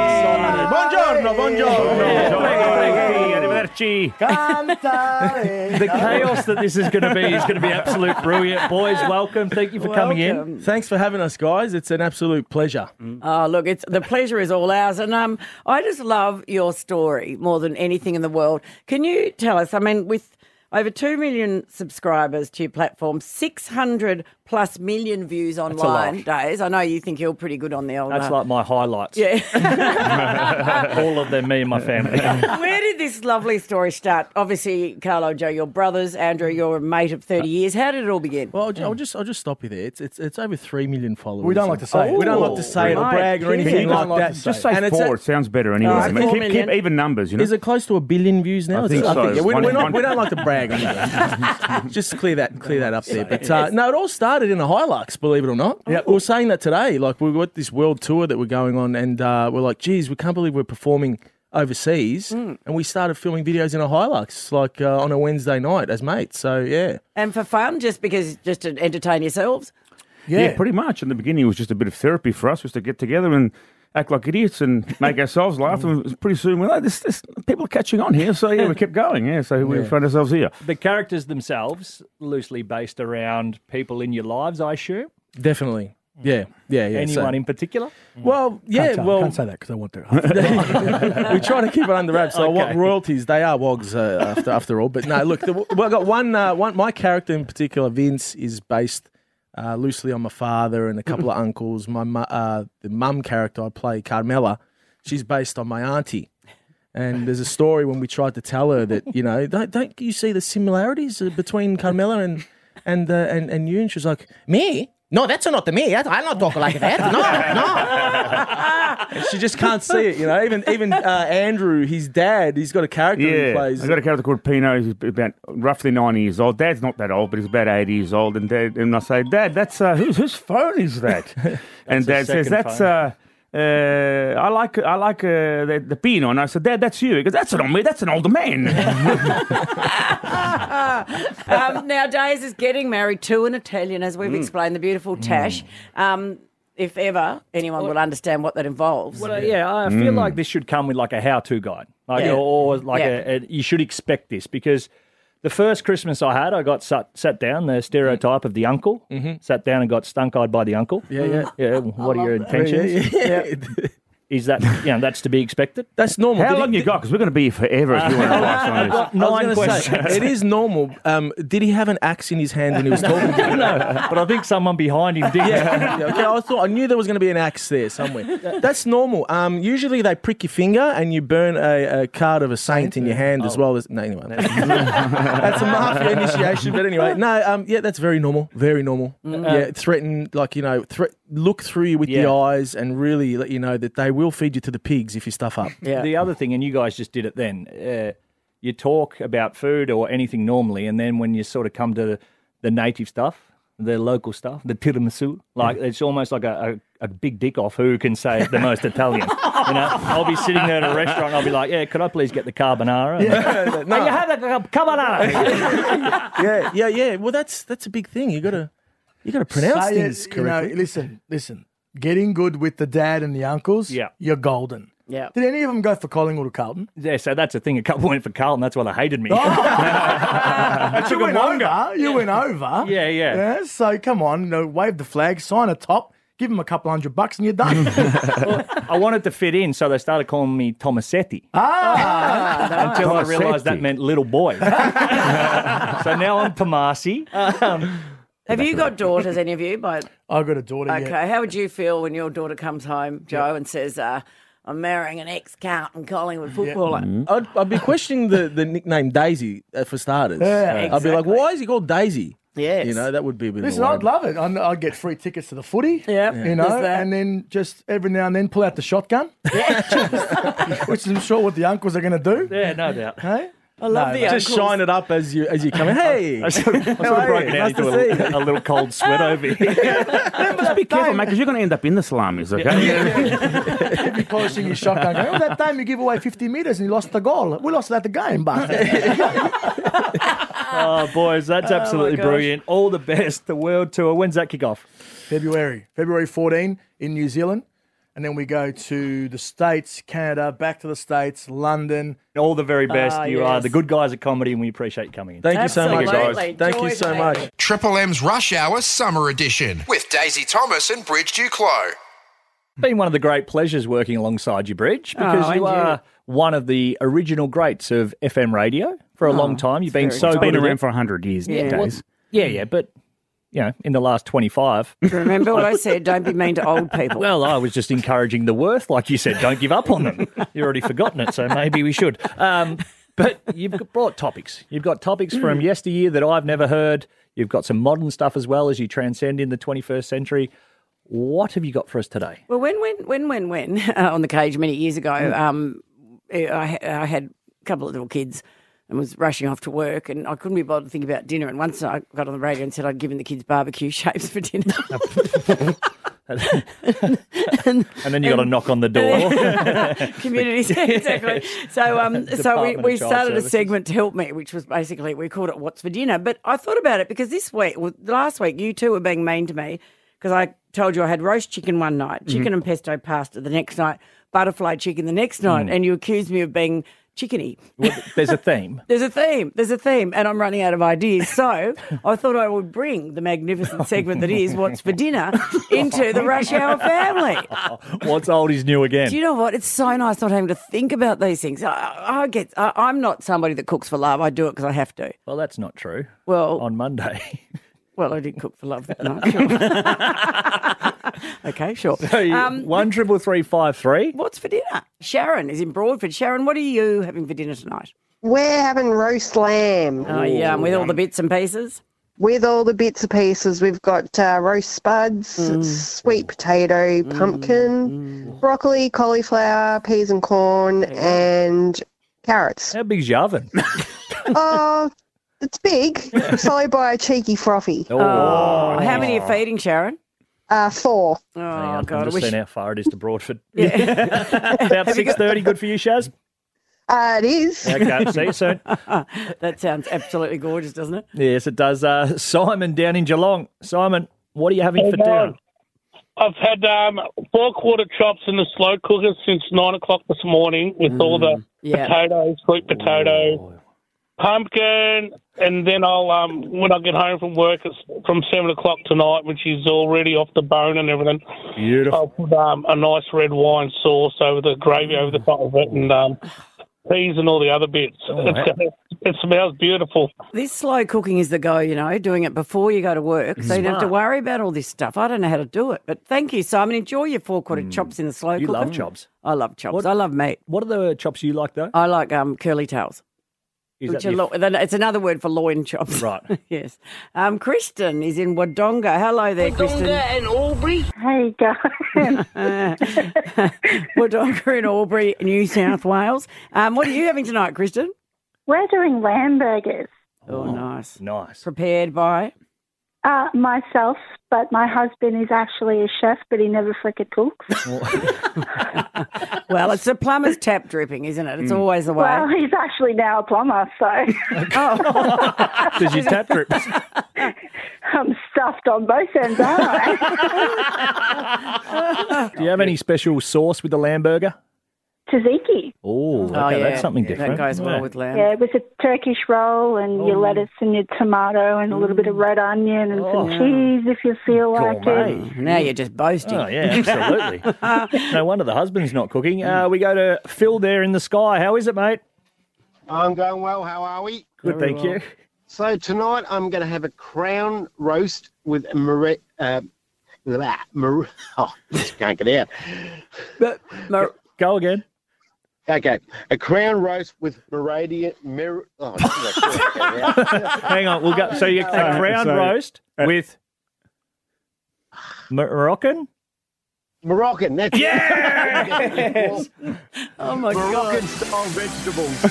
[SPEAKER 7] Buongiorno, buongiorno.
[SPEAKER 2] [LAUGHS] The chaos that this is going to be is going to be
[SPEAKER 3] [LAUGHS]
[SPEAKER 2] absolute brilliant. Boys, welcome. Thank you for coming in. Mm.
[SPEAKER 13] Thanks for having us, guys. It's an absolute pleasure.
[SPEAKER 3] Oh, look, it's the pleasure is all ours, and um, I just love your story more than anything in the world. Can you tell us? I mean, with over two million subscribers to your platform, six hundred plus million views
[SPEAKER 2] a
[SPEAKER 3] online days. I know you think you're pretty good on the old.
[SPEAKER 2] That's
[SPEAKER 3] uh, [LAUGHS]
[SPEAKER 2] like my highlights.
[SPEAKER 3] yeah.
[SPEAKER 2] [LAUGHS] All of them, me
[SPEAKER 3] [LAUGHS]
[SPEAKER 2] and my family.
[SPEAKER 3] Where did this lovely story start? Obviously, Carlo, Joe, your brothers, Andrew,
[SPEAKER 2] Mm.
[SPEAKER 3] you're a mate of 30
[SPEAKER 2] Uh,
[SPEAKER 3] years. How did it all begin?
[SPEAKER 13] Well, I'll just I'll just stop you there. It's it's, it's over three million followers.
[SPEAKER 3] We don't like to say it.
[SPEAKER 13] We don't
[SPEAKER 14] Oh,
[SPEAKER 2] Oh,
[SPEAKER 13] like to say it or
[SPEAKER 3] Right.
[SPEAKER 13] brag or
[SPEAKER 3] Can you
[SPEAKER 13] anything
[SPEAKER 3] not
[SPEAKER 13] like that.
[SPEAKER 3] like to
[SPEAKER 14] Just say
[SPEAKER 13] And it's
[SPEAKER 14] four.
[SPEAKER 13] a-
[SPEAKER 14] It sounds better anyway.
[SPEAKER 13] Alright,
[SPEAKER 14] mate.
[SPEAKER 13] four
[SPEAKER 14] Keep, keep
[SPEAKER 13] million.
[SPEAKER 14] even numbers, you know.
[SPEAKER 13] Is it close to a billion views now?
[SPEAKER 14] I think so.
[SPEAKER 13] yeah, we,
[SPEAKER 14] One-
[SPEAKER 13] we're not,
[SPEAKER 14] one-
[SPEAKER 13] we don't like to brag on
[SPEAKER 14] [LAUGHS]
[SPEAKER 13] that. Just clear that clear that up there. But uh, no, it all started in a Hilux, believe it or not. We were saying that today. Like we got this world tour that we're going on, and uh, we're like, geez, we can't believe we're performing overseas.
[SPEAKER 14] Mm.
[SPEAKER 13] And we started filming videos in a Hilux, like uh, on a Wednesday night as mates. So yeah.
[SPEAKER 3] And for fun, just because, just to entertain yourselves?
[SPEAKER 14] Yeah. pretty much. In the beginning, it was just a bit of therapy for us, was to get together and act like idiots and make ourselves laugh. And pretty soon, we're like, this, this, people are catching on here. So, yeah, we kept going. Yeah, so we
[SPEAKER 2] Yeah.
[SPEAKER 14] found ourselves here.
[SPEAKER 2] The characters themselves, loosely based around people in your lives, I assume.
[SPEAKER 13] Definitely. Yeah. Yeah. Yeah.
[SPEAKER 2] Anyone in particular?
[SPEAKER 13] Well, yeah.
[SPEAKER 2] tell-
[SPEAKER 13] well,
[SPEAKER 2] can't
[SPEAKER 13] say that because I want to. [LAUGHS] we try to keep it under wraps. So I want
[SPEAKER 2] Okay.
[SPEAKER 13] royalties. They are wogs uh, after after all. But no, look, the, well, I got one. Uh, one. My character in particular, Vince, is based uh, loosely on my father and a couple of uncles. My mu- uh, the mum character I play, Carmela, she's based on my auntie. And there's a story when we tried to tell her that you know don't don't you see the similarities uh, between Carmela and and uh, and and you? And she was like, me? No, that's not me. That- I don't talk like that. No, no. She just can't see it, you know. Even even uh, Andrew, his dad, he's got a character
[SPEAKER 14] Yeah,
[SPEAKER 13] he plays.
[SPEAKER 14] I got a character called Pino. He's about roughly ninety years old. Dad's not that old, but he's about eighty years old. And dad and I say, Dad, that's uh, whose whose phone
[SPEAKER 13] [LAUGHS]
[SPEAKER 14] is that? and Dad
[SPEAKER 2] That's his
[SPEAKER 14] says,
[SPEAKER 2] second
[SPEAKER 14] That's.
[SPEAKER 2] phone.
[SPEAKER 14] Uh, uh, I like I like uh, the, the Pino, and I said, Dad, that's you. He goes, That's not me. That's an older
[SPEAKER 13] [LAUGHS]
[SPEAKER 14] man. [LAUGHS]
[SPEAKER 3] [LAUGHS] um, now, Days is getting married to an Italian, as we've
[SPEAKER 14] Mm.
[SPEAKER 3] explained, the beautiful Tash. Um, if ever anyone will understand what that involves.
[SPEAKER 2] Well, uh, yeah, I feel
[SPEAKER 3] Mm.
[SPEAKER 2] like this should come with like a how-to guide, like
[SPEAKER 3] Yeah.
[SPEAKER 2] or, or like
[SPEAKER 3] Yeah.
[SPEAKER 2] a, a- you should expect this because the first Christmas I had, I got sat, sat down the stereotype of the uncle, sat down and got stunk-eyed by the uncle.
[SPEAKER 13] Mm-hmm.
[SPEAKER 2] Mm-hmm.
[SPEAKER 13] Yeah, yeah.
[SPEAKER 2] yeah. What are your
[SPEAKER 13] that. Yeah, yeah,
[SPEAKER 2] intentions? Yeah. Is that you know that's to be expected?
[SPEAKER 13] That's normal.
[SPEAKER 14] How
[SPEAKER 13] Did
[SPEAKER 14] long
[SPEAKER 13] he-
[SPEAKER 14] you got? Because we're going to be here forever. If you want to watch on
[SPEAKER 13] [LAUGHS] I've
[SPEAKER 14] this.
[SPEAKER 13] got nine questions. it is
[SPEAKER 2] [LAUGHS]
[SPEAKER 13] normal. Um, did he have an axe in his hand when he was talking? to you?
[SPEAKER 2] no, but I think someone behind him did.
[SPEAKER 13] Yeah. yeah, okay, I thought I knew there was going to be an axe there somewhere. That's normal. Um, usually they prick your finger and you burn a, a card of a saint in your hand
[SPEAKER 2] Oh.
[SPEAKER 13] as well as. No, anyway, that's a mafia initiation. But anyway, no, um, yeah, that's very normal. Very normal.
[SPEAKER 2] Mm.
[SPEAKER 13] Yeah, threaten like you know, thre- look through you with the
[SPEAKER 2] Yeah.
[SPEAKER 13] eyes and really let you know that they will feed you to the pigs if you stuff up.
[SPEAKER 2] The other thing, and you guys just did it then, uh, you talk about food or anything normally, and then when you sort of come to the, the native stuff, the local stuff, the tiramisu, like it's almost like a, a, a big dick off who can say it the most Italian. You know, I'll be sitting there at a restaurant, I'll be like, yeah, could I please get the carbonara?
[SPEAKER 13] Yeah,
[SPEAKER 2] [LAUGHS] no. you have a carbonara.
[SPEAKER 13] [LAUGHS] yeah, yeah, yeah. Well, that's that's a big thing. You gotta you gotta pronounce
[SPEAKER 15] Say it,
[SPEAKER 13] things
[SPEAKER 15] you know,
[SPEAKER 13] correctly.
[SPEAKER 15] listen, listen. Getting good with the dad and the uncles,
[SPEAKER 2] Yeah.
[SPEAKER 15] you're golden.
[SPEAKER 3] Yeah.
[SPEAKER 15] Did any of them go for Collingwood or Carlton?
[SPEAKER 2] yeah, so that's the thing. A couple went for Carlton, that's why they hated [LAUGHS] me.
[SPEAKER 15] But you went over. You went over.
[SPEAKER 2] Yeah, yeah.
[SPEAKER 15] So come on, you know, wave the flag, sign a top, give them a couple hundred bucks, and you're
[SPEAKER 13] [LAUGHS]
[SPEAKER 15] done.
[SPEAKER 2] I wanted to fit in, so they started calling me Tomasetti. [LAUGHS]
[SPEAKER 15] Ah,
[SPEAKER 2] until I
[SPEAKER 15] Tomasetti.
[SPEAKER 2] realised that meant little boy. so now I'm Tomasi. Um,
[SPEAKER 3] [LAUGHS] Have you got daughters, any of
[SPEAKER 2] [LAUGHS]
[SPEAKER 3] you? By
[SPEAKER 15] I've got a daughter.
[SPEAKER 3] okay, how would you feel when your daughter comes home, Joe, and says, uh, "I'm marrying an ex-Carlton Collingwood footballer"?
[SPEAKER 13] I'd, I'd be questioning the, the nickname Daisy uh, for starters.
[SPEAKER 3] Yeah,
[SPEAKER 13] I'd be like, why is he called Daisy?
[SPEAKER 3] Yes.
[SPEAKER 13] You know, that would be a bit
[SPEAKER 15] Listen,
[SPEAKER 13] of a
[SPEAKER 15] I'd love it. I'd, I'd get free tickets to the footy.
[SPEAKER 3] Yeah,
[SPEAKER 15] you know,
[SPEAKER 13] there's that.
[SPEAKER 15] and then just every now and then pull out the shotgun. [LAUGHS] which I'm sure what the uncles are going to do.
[SPEAKER 2] Yeah, no doubt.
[SPEAKER 15] Hey,
[SPEAKER 3] I
[SPEAKER 2] love the
[SPEAKER 13] Just
[SPEAKER 2] uncles.
[SPEAKER 13] shine it up as you as you come in. Hey,
[SPEAKER 2] I
[SPEAKER 13] [LAUGHS]
[SPEAKER 2] sort of, I sort of broken out into a, a little cold sweat over here.
[SPEAKER 14] Just be careful, mate, because you're going to end up in the salamis, okay?
[SPEAKER 15] You'd be polishing your shotgun. Going, oh, that time you give away 50 meters and you lost the goal. We lost that game,
[SPEAKER 2] [LAUGHS]
[SPEAKER 15] but
[SPEAKER 2] Oh, boys, that's
[SPEAKER 15] Oh, my
[SPEAKER 2] absolutely
[SPEAKER 15] gosh.
[SPEAKER 2] brilliant. All the best. The world tour. When's that kick off?
[SPEAKER 15] February, February 14 in New Zealand, and then we go to the States, Canada, back to the States, London.
[SPEAKER 2] All the very best.
[SPEAKER 15] Ah,
[SPEAKER 2] you are
[SPEAKER 15] yes.
[SPEAKER 2] the good guys at comedy, and we appreciate you coming in.
[SPEAKER 13] Thank you so much, guys. Absolutely. Thank you so much.
[SPEAKER 1] Triple M's Rush Hour Summer Edition with Daisy Thomas and
[SPEAKER 13] [LAUGHS]
[SPEAKER 1] Bridge Duclos.
[SPEAKER 2] been one of the great pleasures working alongside you, Bridge, because
[SPEAKER 1] Oh,
[SPEAKER 2] you
[SPEAKER 1] and you.
[SPEAKER 2] are one of the original greats of FM radio for a
[SPEAKER 14] Oh,
[SPEAKER 2] long time. You've
[SPEAKER 14] that's
[SPEAKER 2] been
[SPEAKER 14] very
[SPEAKER 2] so
[SPEAKER 14] kind.
[SPEAKER 2] good
[SPEAKER 14] Been
[SPEAKER 2] at
[SPEAKER 14] around
[SPEAKER 2] it.
[SPEAKER 14] for 100 years
[SPEAKER 2] yeah.
[SPEAKER 14] these
[SPEAKER 2] well,
[SPEAKER 14] days.
[SPEAKER 2] yeah, yeah, but you know, in the last twenty-five.
[SPEAKER 3] Remember what I said? Don't be mean to old people.
[SPEAKER 2] Well, I was just encouraging the worth, like you said. Don't give up on them. You've already forgotten it, so maybe we should. Um, but you've brought topics. You've got topics
[SPEAKER 3] Mm.
[SPEAKER 2] from yesteryear that I've never heard. You've got some modern stuff as well as you transcend in the 21st century. What have you got for us today?
[SPEAKER 3] Well, when, when, when, when, when uh, on the cage many years ago, um, I, I I had a couple of little kids and was rushing off to work, and I couldn't be bothered to think about dinner. And once I got on the radio and said I'd given the kids barbecue [LAUGHS] shapes for dinner.
[SPEAKER 2] And then you got a knock on the door.
[SPEAKER 3] Um, [LAUGHS]
[SPEAKER 2] [LAUGHS]
[SPEAKER 3] Community [LAUGHS] centre, exactly. So, um, so we,
[SPEAKER 2] Department of
[SPEAKER 3] we
[SPEAKER 2] Child
[SPEAKER 3] started a
[SPEAKER 2] Services.
[SPEAKER 3] segment to help me, which was basically we called it "What's for Dinner." But I thought about it because this week, well, last week, you two were being mean to me because I told you I had roast chicken one night,
[SPEAKER 2] Mm-hmm.
[SPEAKER 3] chicken
[SPEAKER 16] Mhm.
[SPEAKER 3] and pesto pasta the next night, butterfly chicken the next night,
[SPEAKER 2] Mm.
[SPEAKER 3] and you accused me of being chickeny.
[SPEAKER 2] There's a theme.
[SPEAKER 3] [LAUGHS] There's a theme. There's a theme, and I'm running out of ideas. So I thought I would bring the magnificent segment that is "What's
[SPEAKER 2] [LAUGHS]
[SPEAKER 3] for Dinner" into the Rush Hour family.
[SPEAKER 2] What's old is new again.
[SPEAKER 3] Do you know what? It's so nice not having to think about these things. I, I get. I, I'm not somebody that cooks for love. I do it because I have to.
[SPEAKER 2] well, that's not true.
[SPEAKER 3] Well,
[SPEAKER 2] on Monday. [LAUGHS]
[SPEAKER 3] Well, I did cook for love that night.
[SPEAKER 2] [LAUGHS]
[SPEAKER 3] okay, sure.
[SPEAKER 2] So
[SPEAKER 3] um,
[SPEAKER 2] one triple three five three.
[SPEAKER 3] What's for dinner? Sharon is in Broadford. Sharon, what are you having for dinner tonight?
[SPEAKER 16] We're having roast lamb.
[SPEAKER 3] Oh, yeah, with all the bits and pieces.
[SPEAKER 16] With all the bits and pieces, we've got uh, roast spuds,
[SPEAKER 3] Mm.
[SPEAKER 16] sweet potato, pumpkin, broccoli, cauliflower, peas and corn, and carrots.
[SPEAKER 2] How big's your oven?
[SPEAKER 16] [LAUGHS] oh, it's
[SPEAKER 3] [LAUGHS]
[SPEAKER 16] big, followed by a cheeky frothy.
[SPEAKER 3] Oh, how many are feeding, Sharon?
[SPEAKER 16] Uh, four.
[SPEAKER 3] Oh,
[SPEAKER 2] I'm
[SPEAKER 3] God, I
[SPEAKER 2] just
[SPEAKER 3] wish. [LAUGHS]
[SPEAKER 2] seeing how far it is to Broadford. About six thirty. Good for you, Shaz.
[SPEAKER 16] Uh, it is.
[SPEAKER 2] Okay, see you soon.
[SPEAKER 3] [LAUGHS] that sounds absolutely gorgeous, doesn't it?
[SPEAKER 2] Yes, it does. Uh, Simon down in Geelong. Simon, what are you having
[SPEAKER 17] Hey,
[SPEAKER 2] for
[SPEAKER 17] guys.
[SPEAKER 2] dinner?
[SPEAKER 17] I've had um, four quarter chops in the slow cooker since nine o'clock this morning with all the
[SPEAKER 3] yeah.
[SPEAKER 17] potatoes, sweet potato, pumpkin, and then I'll um, when I get home from work it's from seven o'clock tonight, when she's already off the bone and everything.
[SPEAKER 2] Beautiful.
[SPEAKER 17] I'll put um, a nice red wine sauce over the gravy over the top of it and um, peas and all the other bits.
[SPEAKER 3] wow.
[SPEAKER 17] [LAUGHS] it smells beautiful.
[SPEAKER 3] This slow cooking is the go, you know, doing it before you go to work. So you don't have to
[SPEAKER 17] Smart.
[SPEAKER 3] worry about all this stuff. I don't know how to do it, but thank you, Simon. Enjoy your four quarter chops in the slow
[SPEAKER 2] Hmm. You
[SPEAKER 3] cooker.
[SPEAKER 2] love chops.
[SPEAKER 3] I love chops. I love meat.
[SPEAKER 2] What are the chops you like though?
[SPEAKER 3] I like um, curly tails.
[SPEAKER 2] Is
[SPEAKER 3] which
[SPEAKER 2] that
[SPEAKER 3] are
[SPEAKER 2] your
[SPEAKER 3] lo- then it's another word for loin chops.
[SPEAKER 2] Right.
[SPEAKER 3] [LAUGHS] yes. Um, Kristen is in Wodonga. Hello there, Kristen.
[SPEAKER 18] and Aubrey. Hey, guys.
[SPEAKER 3] Uh, [LAUGHS] Wodonga in Albury, New South Wales. Um, what are you having tonight, Kristen?
[SPEAKER 18] We're doing lamb burgers.
[SPEAKER 3] Oh, nice.
[SPEAKER 2] Nice.
[SPEAKER 3] Prepared
[SPEAKER 2] [LAUGHS]
[SPEAKER 3] by?
[SPEAKER 18] [LAUGHS] Uh, myself, but my husband is actually a chef, but he never frickin' cooks.
[SPEAKER 3] Well, it's the plumber's tap dripping, isn't it? It's
[SPEAKER 2] Mm.
[SPEAKER 3] always the way.
[SPEAKER 18] Well, he's actually now a plumber, so [LAUGHS]
[SPEAKER 3] Oh. [LAUGHS]
[SPEAKER 2] Does your tap drip?
[SPEAKER 18] I'm stuffed on both ends, aren't I?
[SPEAKER 2] [LAUGHS] Do you have any special sauce with the lamb burger?
[SPEAKER 18] Tzatziki.
[SPEAKER 2] Oh, okay, that's something different. Yeah.
[SPEAKER 18] Yeah, it was a Turkish roll and your lettuce and your tomato and a little bit of red onion and some cheese if you feel like it.
[SPEAKER 3] Now you're just boasting.
[SPEAKER 2] Oh, yeah, [LAUGHS] absolutely. no wonder the husband's not cooking. Uh, we go to Phil there in the sky. How is it, mate?
[SPEAKER 19] I'm going well. How are we?
[SPEAKER 2] Good, Very thank well. you.
[SPEAKER 19] So tonight I'm going to have a crown roast with Marie. Uh, [LAUGHS] blah, mar- oh, just can't get out.
[SPEAKER 2] Go again.
[SPEAKER 19] Okay, a crown roast with meridian. Mer- oh, Hang
[SPEAKER 2] [LAUGHS] Hang on, we'll go. So you a crown roast with Mor- Moroccan.
[SPEAKER 19] Moroccan. That's [LAUGHS]
[SPEAKER 2] Yes!
[SPEAKER 3] oh my
[SPEAKER 19] Moroccan
[SPEAKER 3] God.
[SPEAKER 19] style vegetables.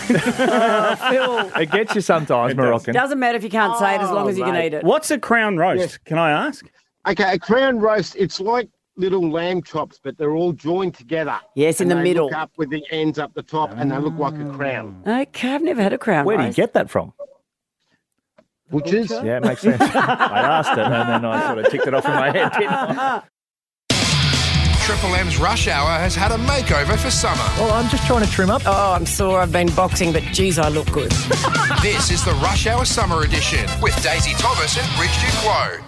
[SPEAKER 2] It gets
[SPEAKER 7] [LAUGHS]
[SPEAKER 2] you sometimes, Moroccan.
[SPEAKER 3] Oh, Doesn't matter if you can't say it as
[SPEAKER 2] Oh,
[SPEAKER 3] long as you can
[SPEAKER 19] mate.
[SPEAKER 3] eat it.
[SPEAKER 7] What's a crown roast? Can I ask?
[SPEAKER 19] Okay, a crown roast. It's like little lamb chops, but they're all joined together.
[SPEAKER 3] Yes, in
[SPEAKER 19] And
[SPEAKER 3] the
[SPEAKER 19] they
[SPEAKER 3] middle.
[SPEAKER 19] Look up with the ends up the top, and they look like a crown.
[SPEAKER 3] Okay, I've never had a crown
[SPEAKER 2] Where do you
[SPEAKER 3] roast.
[SPEAKER 2] get that from?
[SPEAKER 19] Butchers.
[SPEAKER 2] Yeah, it makes [LAUGHS] sense. I asked it, and then I sort of ticked it off in my head. didn't I?
[SPEAKER 1] Triple M's Rush Hour has had a makeover for summer.
[SPEAKER 13] [LAUGHS]
[SPEAKER 3] Well, I'm just trying to trim up. Oh, I'm sore. I've been boxing, but geez, I look good. [LAUGHS]
[SPEAKER 1] this is the Rush Hour Summer Edition with Daisy Thomas and Bridge Duclos.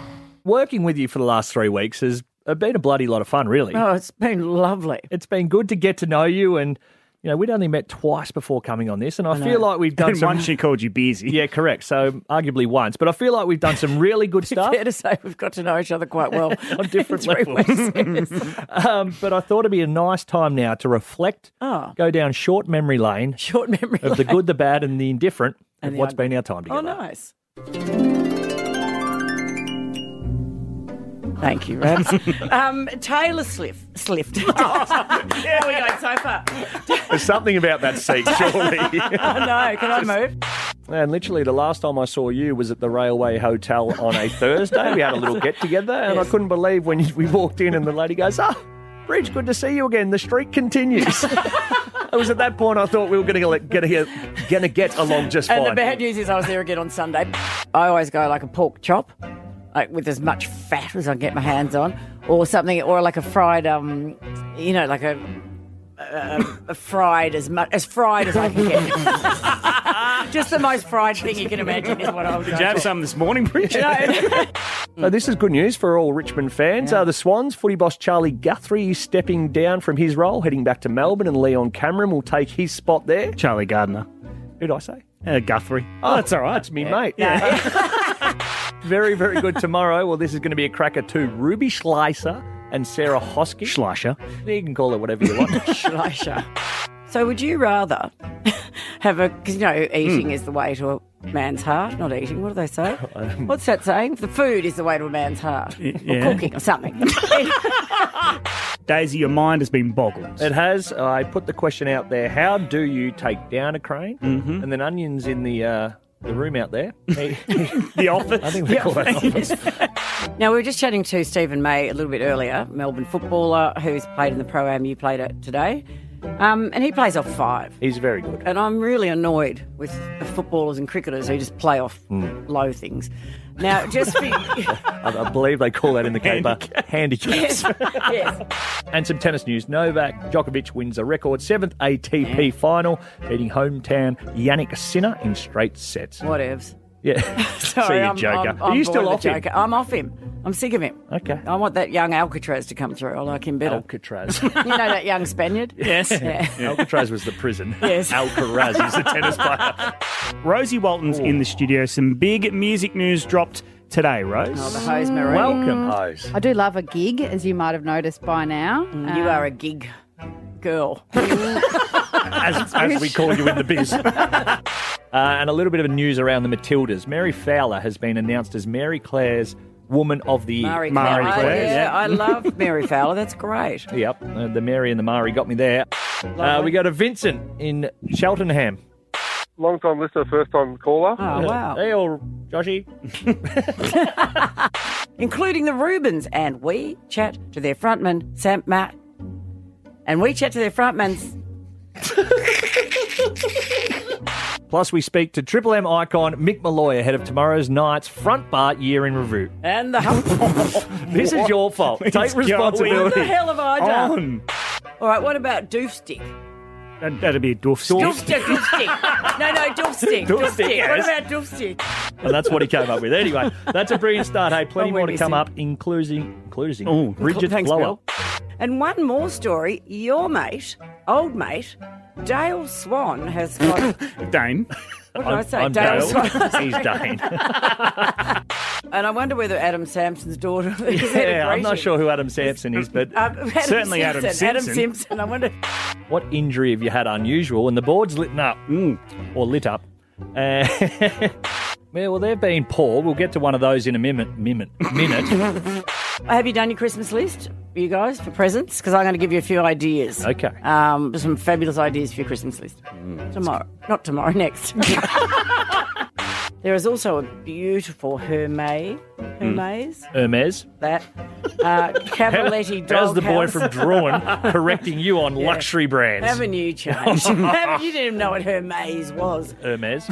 [SPEAKER 2] Working with you for the last three weeks has uh, been a bloody lot of fun, really.
[SPEAKER 3] Oh, it's been lovely.
[SPEAKER 2] It's been good to get to know you, and you know we'd only met twice before coming on this, and I,
[SPEAKER 7] I know.
[SPEAKER 2] feel like we've done
[SPEAKER 7] And
[SPEAKER 2] some.
[SPEAKER 7] once she called you busy.
[SPEAKER 2] Yeah, correct. So arguably once, but I feel like we've done some really
[SPEAKER 3] [LAUGHS]
[SPEAKER 2] good stuff.
[SPEAKER 3] Fair to say, we've got to know each other quite well
[SPEAKER 2] [LAUGHS] on different
[SPEAKER 3] in three
[SPEAKER 2] levels.
[SPEAKER 3] ways.
[SPEAKER 2] um, but I thought it'd be a nice time now to reflect,
[SPEAKER 3] Oh.
[SPEAKER 2] go down short memory lane,
[SPEAKER 3] short memory
[SPEAKER 2] of the
[SPEAKER 3] lane.
[SPEAKER 2] good, the bad, and the indifferent,
[SPEAKER 3] And
[SPEAKER 2] [LAUGHS] and
[SPEAKER 3] the
[SPEAKER 2] what's
[SPEAKER 3] ugly.
[SPEAKER 2] been our time
[SPEAKER 3] Oh,
[SPEAKER 2] together.
[SPEAKER 3] nice. Thank you,
[SPEAKER 2] [LAUGHS]
[SPEAKER 3] Rams. um, Taylor Swift. Swift. [LAUGHS] There we go, so far.
[SPEAKER 2] There's something about that seat, surely.
[SPEAKER 3] [LAUGHS] I know. Can I move?
[SPEAKER 2] And literally, the last time I saw you was at the Railway Hotel on a Thursday. We had a little get together, and I couldn't believe when you- we walked in and the lady goes, Ah, Bridge, good to see you again. The streak
[SPEAKER 3] [LAUGHS]
[SPEAKER 2] continues. it was at that point I thought we were going to get, gonna get along just
[SPEAKER 3] and
[SPEAKER 2] fine.
[SPEAKER 3] the bad news is I was there again on Sunday. I always go like a pork chop, like with as much fat as I can get my hands on, or something, or like a fried, um, you know, like a, a, a fried as much as fried as I can get. [LAUGHS] Just the most fried thing you can imagine is what I would
[SPEAKER 7] Did
[SPEAKER 3] go
[SPEAKER 7] you have
[SPEAKER 3] for.
[SPEAKER 7] some this morning, Bridget?
[SPEAKER 3] [LAUGHS]
[SPEAKER 2] So this is good news for all Richmond fans. Uh, the Swans footy boss Charlie Guthrie is stepping down from his role, heading back to Melbourne, and Leon Cameron will take his spot there.
[SPEAKER 7] Charlie Gardner.
[SPEAKER 2] Who'd I say?
[SPEAKER 7] Uh, Guthrie.
[SPEAKER 2] Oh, that's all right. It's me, mate. Yeah. [LAUGHS] very, very good tomorrow. Well, this is going to be a cracker too. Ruby Schleicher and Sarah Hosky.
[SPEAKER 7] Schleicher.
[SPEAKER 2] You can call it whatever you [LAUGHS] want.
[SPEAKER 3] Schleicher. So, would you rather have a? Because you know,
[SPEAKER 2] Hmm.
[SPEAKER 3] eating is the way to a man's heart. Not eating. What do they say?
[SPEAKER 7] [LAUGHS]
[SPEAKER 3] What's that saying? The food is the way to a man's heart.
[SPEAKER 7] yeah.
[SPEAKER 3] Or cooking or something.
[SPEAKER 7] Daisy, your mind has been boggled.
[SPEAKER 2] It has. I put the question out there. How do you take down a crane? Mm-hmm. And then onions in the uh, the room out there. [LAUGHS] the [LAUGHS]
[SPEAKER 7] office.
[SPEAKER 2] I think we call that office.
[SPEAKER 3] now we were just chatting to Stephen May a little bit earlier, Melbourne footballer who's played in the pro am. You played it today, um, and he plays off five.
[SPEAKER 2] He's very good.
[SPEAKER 3] And I'm really annoyed with footballers and cricketers who just play off
[SPEAKER 2] Hmm.
[SPEAKER 3] low things. Now, just
[SPEAKER 2] [LAUGHS]
[SPEAKER 3] for,
[SPEAKER 2] I, I believe they call [LAUGHS] that in the paper [LAUGHS] handicaps.
[SPEAKER 3] yes.
[SPEAKER 2] And some tennis news. Novak Djokovic wins a record seventh ATP final, beating hometown Yannick Sinner in straight sets.
[SPEAKER 3] Whatevs. [LAUGHS]
[SPEAKER 2] Yeah.
[SPEAKER 3] Sorry,
[SPEAKER 2] See you,
[SPEAKER 3] I'm,
[SPEAKER 2] Joker.
[SPEAKER 3] I'm, I'm
[SPEAKER 2] Are you
[SPEAKER 3] bored
[SPEAKER 2] still
[SPEAKER 3] with
[SPEAKER 2] off him?
[SPEAKER 3] Joker. I'm off him. I'm sick of him.
[SPEAKER 2] Okay.
[SPEAKER 3] I want that young Alcatraz to come through. I like him better.
[SPEAKER 2] Alcatraz.
[SPEAKER 3] [LAUGHS] you know that young Spaniard?
[SPEAKER 2] [LAUGHS] Yes.
[SPEAKER 3] Yeah.
[SPEAKER 2] Alcatraz was the prison.
[SPEAKER 3] Yes.
[SPEAKER 2] Alcaraz is the tennis player.
[SPEAKER 7] Rosie Walton's in the studio. Some big music news dropped today, Rose.
[SPEAKER 3] Oh, the hose maroon.
[SPEAKER 2] Welcome, hose.
[SPEAKER 20] Mm. I do love a gig, as you might have noticed by now.
[SPEAKER 3] Mm, you
[SPEAKER 20] Um,
[SPEAKER 3] are a gig girl.
[SPEAKER 2] [LAUGHS] As, as we call you in the biz. Uh, and a little bit of news around the Matildas. Mary Fowler has been announced as Mary Claire's Woman of the Year.
[SPEAKER 3] Mary Claire. I- yeah,
[SPEAKER 2] [LAUGHS]
[SPEAKER 3] I love Mary Fowler. That's great.
[SPEAKER 2] Yep, uh, the Mary and the Mari got me there. Uh, we go to Vincent in Cheltenham.
[SPEAKER 21] Long time listener, first time caller.
[SPEAKER 3] [LAUGHS] Oh, wow.
[SPEAKER 2] Hey, all Joshy.
[SPEAKER 3] [LAUGHS] Including the Rubens. And we chat to their frontman, Sam Matt. And we chat to their frontman.
[SPEAKER 2] Plus, we speak to Triple M icon Mick Malloy ahead of tomorrow's night's front bar year in review.
[SPEAKER 3] And the
[SPEAKER 2] [LAUGHS] This is your fault.
[SPEAKER 7] What is
[SPEAKER 2] Take
[SPEAKER 7] going
[SPEAKER 2] responsibility.
[SPEAKER 3] What the hell have I done?
[SPEAKER 7] on?
[SPEAKER 3] All right, what about Doofstick?
[SPEAKER 7] That, that'd be a dwarf stick.
[SPEAKER 3] Doofstick, Doofstick. No, no,
[SPEAKER 2] [LAUGHS] Doofstick,
[SPEAKER 3] Doofstick. Doofstick. What
[SPEAKER 2] yes.
[SPEAKER 3] about Doofstick?
[SPEAKER 2] and that's what he came up with. Anyway, that's a brilliant start. Hey, plenty
[SPEAKER 3] Oh, we're
[SPEAKER 2] more to come
[SPEAKER 3] missing.
[SPEAKER 2] up, including including
[SPEAKER 7] Ooh.
[SPEAKER 2] Bridget
[SPEAKER 3] Thanks,
[SPEAKER 2] Blower.
[SPEAKER 3] And one more story. Your mate, old mate, Dale Swan has
[SPEAKER 7] [LAUGHS]
[SPEAKER 3] got.
[SPEAKER 7] Dane.
[SPEAKER 3] What did I say?
[SPEAKER 7] I'm
[SPEAKER 2] [LAUGHS]
[SPEAKER 3] Dale,
[SPEAKER 7] Dale.
[SPEAKER 3] Swan.
[SPEAKER 7] He's Dane.
[SPEAKER 3] [LAUGHS] And I wonder whether Adam Sampson's daughter. [LAUGHS] is that a
[SPEAKER 2] Yeah, I'm not
[SPEAKER 3] Grecian?
[SPEAKER 2] sure who Adam Sampson is, but
[SPEAKER 3] Um, Adam
[SPEAKER 2] certainly
[SPEAKER 3] Simpson.
[SPEAKER 2] Adam Sampson.
[SPEAKER 3] Adam Simpson. I wonder.
[SPEAKER 2] What injury have you had unusual? And the board's lit up. Or lit up. Uh, [LAUGHS] yeah, well, they've been poor. We'll get to one of those in a minute. Minute. minute.
[SPEAKER 3] Have you done your Christmas list, you guys, for presents? Because I'm going to give you a few ideas.
[SPEAKER 2] Okay.
[SPEAKER 3] Um, some fabulous ideas for your Christmas list. Tomorrow. Not tomorrow,
[SPEAKER 2] [LAUGHS]
[SPEAKER 3] [LAUGHS] next. there is also a beautiful Hermes.
[SPEAKER 2] Hmm.
[SPEAKER 3] Hermes?
[SPEAKER 2] Hermes.
[SPEAKER 3] That.
[SPEAKER 2] [LAUGHS]
[SPEAKER 3] Uh, Cavaletti
[SPEAKER 2] How's the boy
[SPEAKER 3] Doghouse.
[SPEAKER 2] from
[SPEAKER 3] [LAUGHS]
[SPEAKER 2] Drawn correcting you on
[SPEAKER 3] Yeah.
[SPEAKER 2] luxury brands?
[SPEAKER 3] Haven't [LAUGHS]
[SPEAKER 2] [LAUGHS]
[SPEAKER 3] you changed? Haven't- you didn't even know what Hermes was.
[SPEAKER 2] Hermes.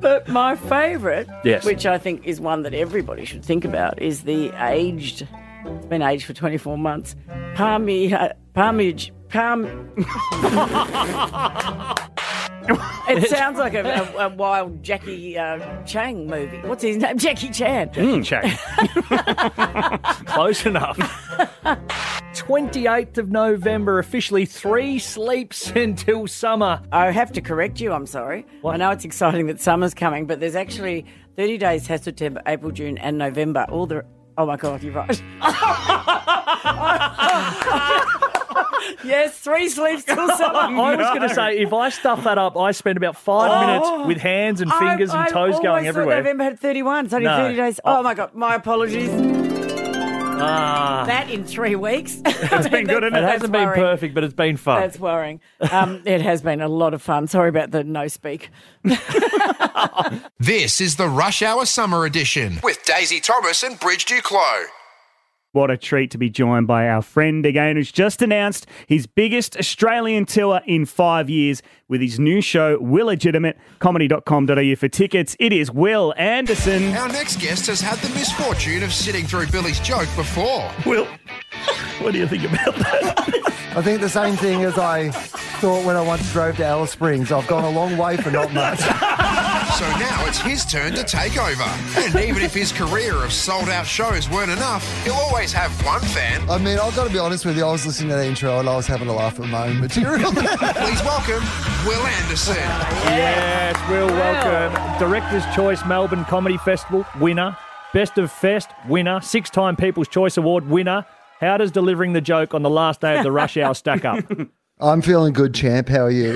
[SPEAKER 3] But my favourite,
[SPEAKER 2] Yes.
[SPEAKER 3] which I think is one that everybody should think about, is the aged, it's been aged for 24 months, Palmi, uh, Palmage, Palm. it sounds like a, a, a wild Jackie uh, Chang movie. What's his name? Jackie Chan.
[SPEAKER 2] Mm, check. Close enough. 28th of November, officially three sleeps [LAUGHS] until summer.
[SPEAKER 3] I have to correct you, I'm sorry. I know it's exciting that summer's coming, but there's actually 30 days has September, April, June, and November. All the. Oh my God, you're right. [LAUGHS] yes, three sleeps till
[SPEAKER 2] [LAUGHS]
[SPEAKER 3] summer. [LAUGHS]
[SPEAKER 2] I was going to say, if I stuff that up, I spend about five
[SPEAKER 3] Oh.
[SPEAKER 2] minutes with hands and fingers
[SPEAKER 3] I,
[SPEAKER 2] and toes
[SPEAKER 3] I
[SPEAKER 2] going
[SPEAKER 3] always Thought
[SPEAKER 2] everywhere.
[SPEAKER 3] November had 31. It's only
[SPEAKER 2] No.
[SPEAKER 3] 30 days. Oh my God, my apologies.
[SPEAKER 2] Ah.
[SPEAKER 3] That in three weeks. [LAUGHS]
[SPEAKER 2] it's been good,
[SPEAKER 3] That-
[SPEAKER 2] it?
[SPEAKER 3] that's
[SPEAKER 2] hasn't been
[SPEAKER 3] worrying.
[SPEAKER 2] perfect, but it's been fun.
[SPEAKER 3] That's worrying. Um, it has been a lot of fun. Sorry about the no speak.
[SPEAKER 1] This is the Rush Hour Summer Edition with Daisy Thomas and Bridge Duclos.
[SPEAKER 7] What a treat to be joined by our friend again, who's just announced his biggest Australian tour in five years with his new show, Will Legitimate, comedy.com.au for tickets. It is Will Anderson.
[SPEAKER 1] Our next guest has had the misfortune of sitting through Billy's joke before.
[SPEAKER 7] Will, [LAUGHS] what do you think about
[SPEAKER 5] I think the same thing as I thought when I once drove to Alice Springs. I've gone a long way for not [LAUGHS] much.
[SPEAKER 1] So now it's his turn to take over. And even if his career of sold out shows weren't enough, he'll always have one fan. [LAUGHS]
[SPEAKER 5] I mean, I've got to be honest with you. I was listening to the intro and I was having a laugh at my own [LAUGHS] material.
[SPEAKER 1] Please welcome Will Anderson.
[SPEAKER 2] Yes, Will, welcome. Director's Choice Melbourne Comedy Festival winner, Best of Fest winner, six time People's Choice Award winner. How does delivering the joke on the last day of the rush hour stack
[SPEAKER 3] [LAUGHS]
[SPEAKER 2] up?
[SPEAKER 5] I'm feeling good, champ. How are you?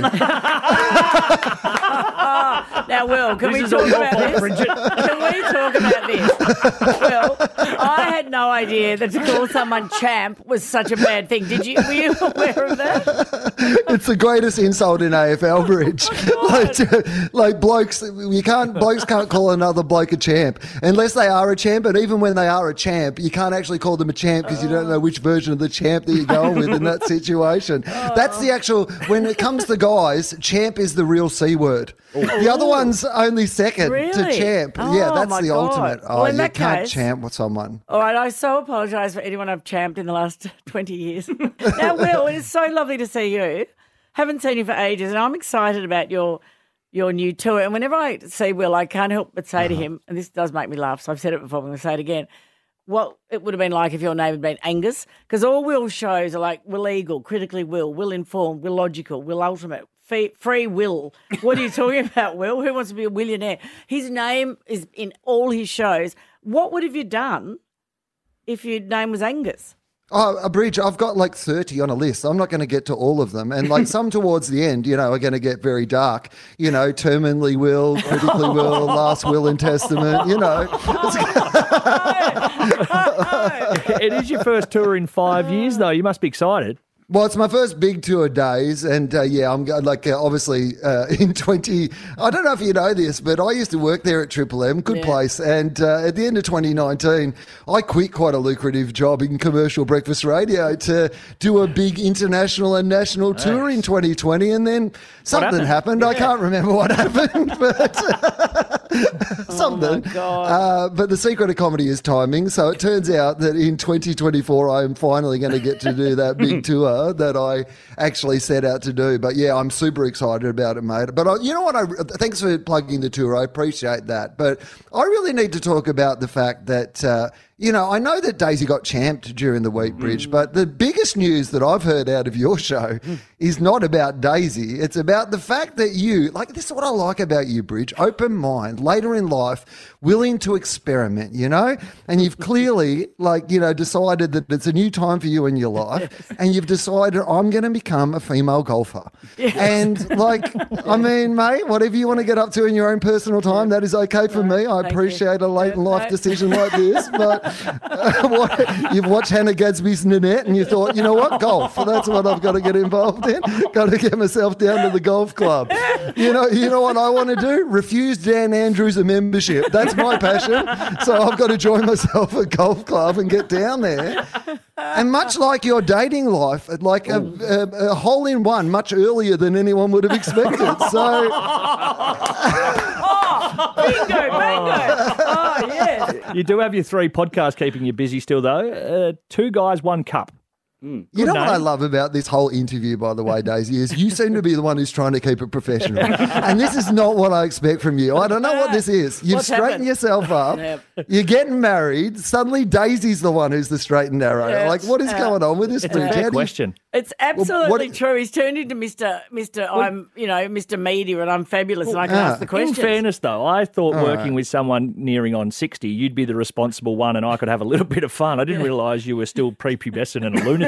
[SPEAKER 3] Now, Will, can
[SPEAKER 2] This
[SPEAKER 3] we
[SPEAKER 2] is all
[SPEAKER 3] talk
[SPEAKER 2] your
[SPEAKER 3] about
[SPEAKER 2] fault,
[SPEAKER 3] this?
[SPEAKER 2] Bridget.
[SPEAKER 3] [LAUGHS] Can we talk about this? Will, I had no idea that to call someone champ was such a bad thing. Did you? Were you aware of that?
[SPEAKER 5] [LAUGHS] it's the greatest insult in
[SPEAKER 3] Oh
[SPEAKER 5] AFL [LAUGHS] bridge. like, [LAUGHS] like blokes, you can't blokes can't call another bloke a champ unless they are a champ. And even when they are a champ, you can't actually call them a champ because you don't know which version of the champ that you're going with
[SPEAKER 3] [LAUGHS]
[SPEAKER 5] in that situation.
[SPEAKER 3] Oh.
[SPEAKER 5] That's the actual. When it comes to guys, champ is the real c word. The other one's only second to
[SPEAKER 3] Oh. Really?
[SPEAKER 5] champ.
[SPEAKER 3] Oh,
[SPEAKER 5] yeah, that's
[SPEAKER 3] my
[SPEAKER 5] the
[SPEAKER 3] God.
[SPEAKER 5] ultimate. Oh,
[SPEAKER 3] Well, in
[SPEAKER 5] you
[SPEAKER 3] that
[SPEAKER 5] can't
[SPEAKER 3] case-
[SPEAKER 5] champ with someone.
[SPEAKER 3] All right, I so apologise for anyone I've champed in the last [LAUGHS] 20 years. now, Will, it is so lovely to see you. Haven't seen you for ages, and I'm excited about your your new tour. And whenever I see Will, I can't help but say to him, and this does make me laugh, so I've said it before, but I'm going to say it again. What it would have been like if your name had been Angus, because all Will shows are like Will Eagle, Critically Will, Will Informed, Will Logical, Will Ultimate, Free, free Will. What are you talking [LAUGHS] about, Will? Who wants to be a millionaire? His name is in all his shows. What would have you done if your name was Angus.
[SPEAKER 5] Oh, a bridge. I've got like 30 on a list. I'm not going to get to all of them. And like some [LAUGHS] towards the end, you know, are going to get very dark. You know, terminally will, critically will, last will and testament, you know.
[SPEAKER 2] it is your first tour in five years, though. You must be excited.
[SPEAKER 5] Well, it's my first big tour days, and uh, yeah, I'm go- like uh, obviously uh, [LAUGHS] in twenty. I don't know if you know this, but I used to work there at Triple M, good
[SPEAKER 22] Yeah.
[SPEAKER 5] place. And uh, at the end of 2019, I quit quite a lucrative job in commercial breakfast radio to do a big international and national tour in 2020. And then something happened. happened? I can't remember what [LAUGHS] happened, but something. Uh, but the secret of comedy is timing. So it turns out that in 2024, I am finally going to get to do that big tour that I actually set out to do. But yeah, I'm super excited about it, mate. But I, you know what? I thanks for plugging the tour. I appreciate that. But I really need to talk about the fact that. Uh, you know, I know that Daisy got champed during the wheat bridge, but the biggest news that I've heard out of your show is not about Daisy. It's about the fact that you, like, this is what I like about you, Bridge open mind, later in life, willing to experiment, you know? And you've clearly, like, you know, decided that it's a new time for you in your life. And you've decided, I'm going to become a female golfer. And, like, I mean, mate, whatever you want to get up to in your own personal time, that is okay for me. I appreciate a late in life decision like this, but uh, [LAUGHS] what, you've watched Hannah Gadsby's Nanette and you thought, you know what, golf. That's what I've got to get involved in. Got to get myself down to the golf club. You know, you know what I want to do? Refuse Dan Andrews a membership. That's my passion. So I've got to join myself a golf club and get down there. And much like your dating life, like a, a, a hole in one much earlier than anyone would have expected. So.
[SPEAKER 3] [LAUGHS] Bingo, bingo. Oh, yes.
[SPEAKER 2] You do have your three podcasts keeping you busy still, though. Uh, two guys, one cup.
[SPEAKER 3] Mm.
[SPEAKER 5] You
[SPEAKER 2] Good
[SPEAKER 5] know what
[SPEAKER 2] name.
[SPEAKER 5] I love about this whole interview, by the way, Daisy, is you seem to be the one who's trying to keep it professional. and this is not what I expect from you. I don't know what this is. You've
[SPEAKER 4] What's
[SPEAKER 5] straightened
[SPEAKER 4] happened?
[SPEAKER 5] yourself up.
[SPEAKER 4] Yep.
[SPEAKER 5] You're getting married. Suddenly, Daisy's the one who's the straight and narrow.
[SPEAKER 3] Yeah.
[SPEAKER 5] Like, what is
[SPEAKER 3] Yeah.
[SPEAKER 5] going on with this?
[SPEAKER 3] Uh, It's a
[SPEAKER 5] Bridget?
[SPEAKER 3] fair
[SPEAKER 5] How do you-
[SPEAKER 2] question.
[SPEAKER 3] It's absolutely true. He's turned into Mister Mister. I'm you know Mister Media, and I'm fabulous, and I can
[SPEAKER 5] uh,
[SPEAKER 3] ask
[SPEAKER 2] ah.
[SPEAKER 3] the
[SPEAKER 2] In
[SPEAKER 3] questions.
[SPEAKER 2] fairness, though, I thought
[SPEAKER 5] Ah.
[SPEAKER 3] All
[SPEAKER 2] working
[SPEAKER 3] right.
[SPEAKER 2] with someone nearing on 60, you'd be the responsible one and I could have a little [LAUGHS] bit of fun. I didn't realise you were still prepubescent and a
[SPEAKER 5] [LAUGHS]
[SPEAKER 2] lunatic.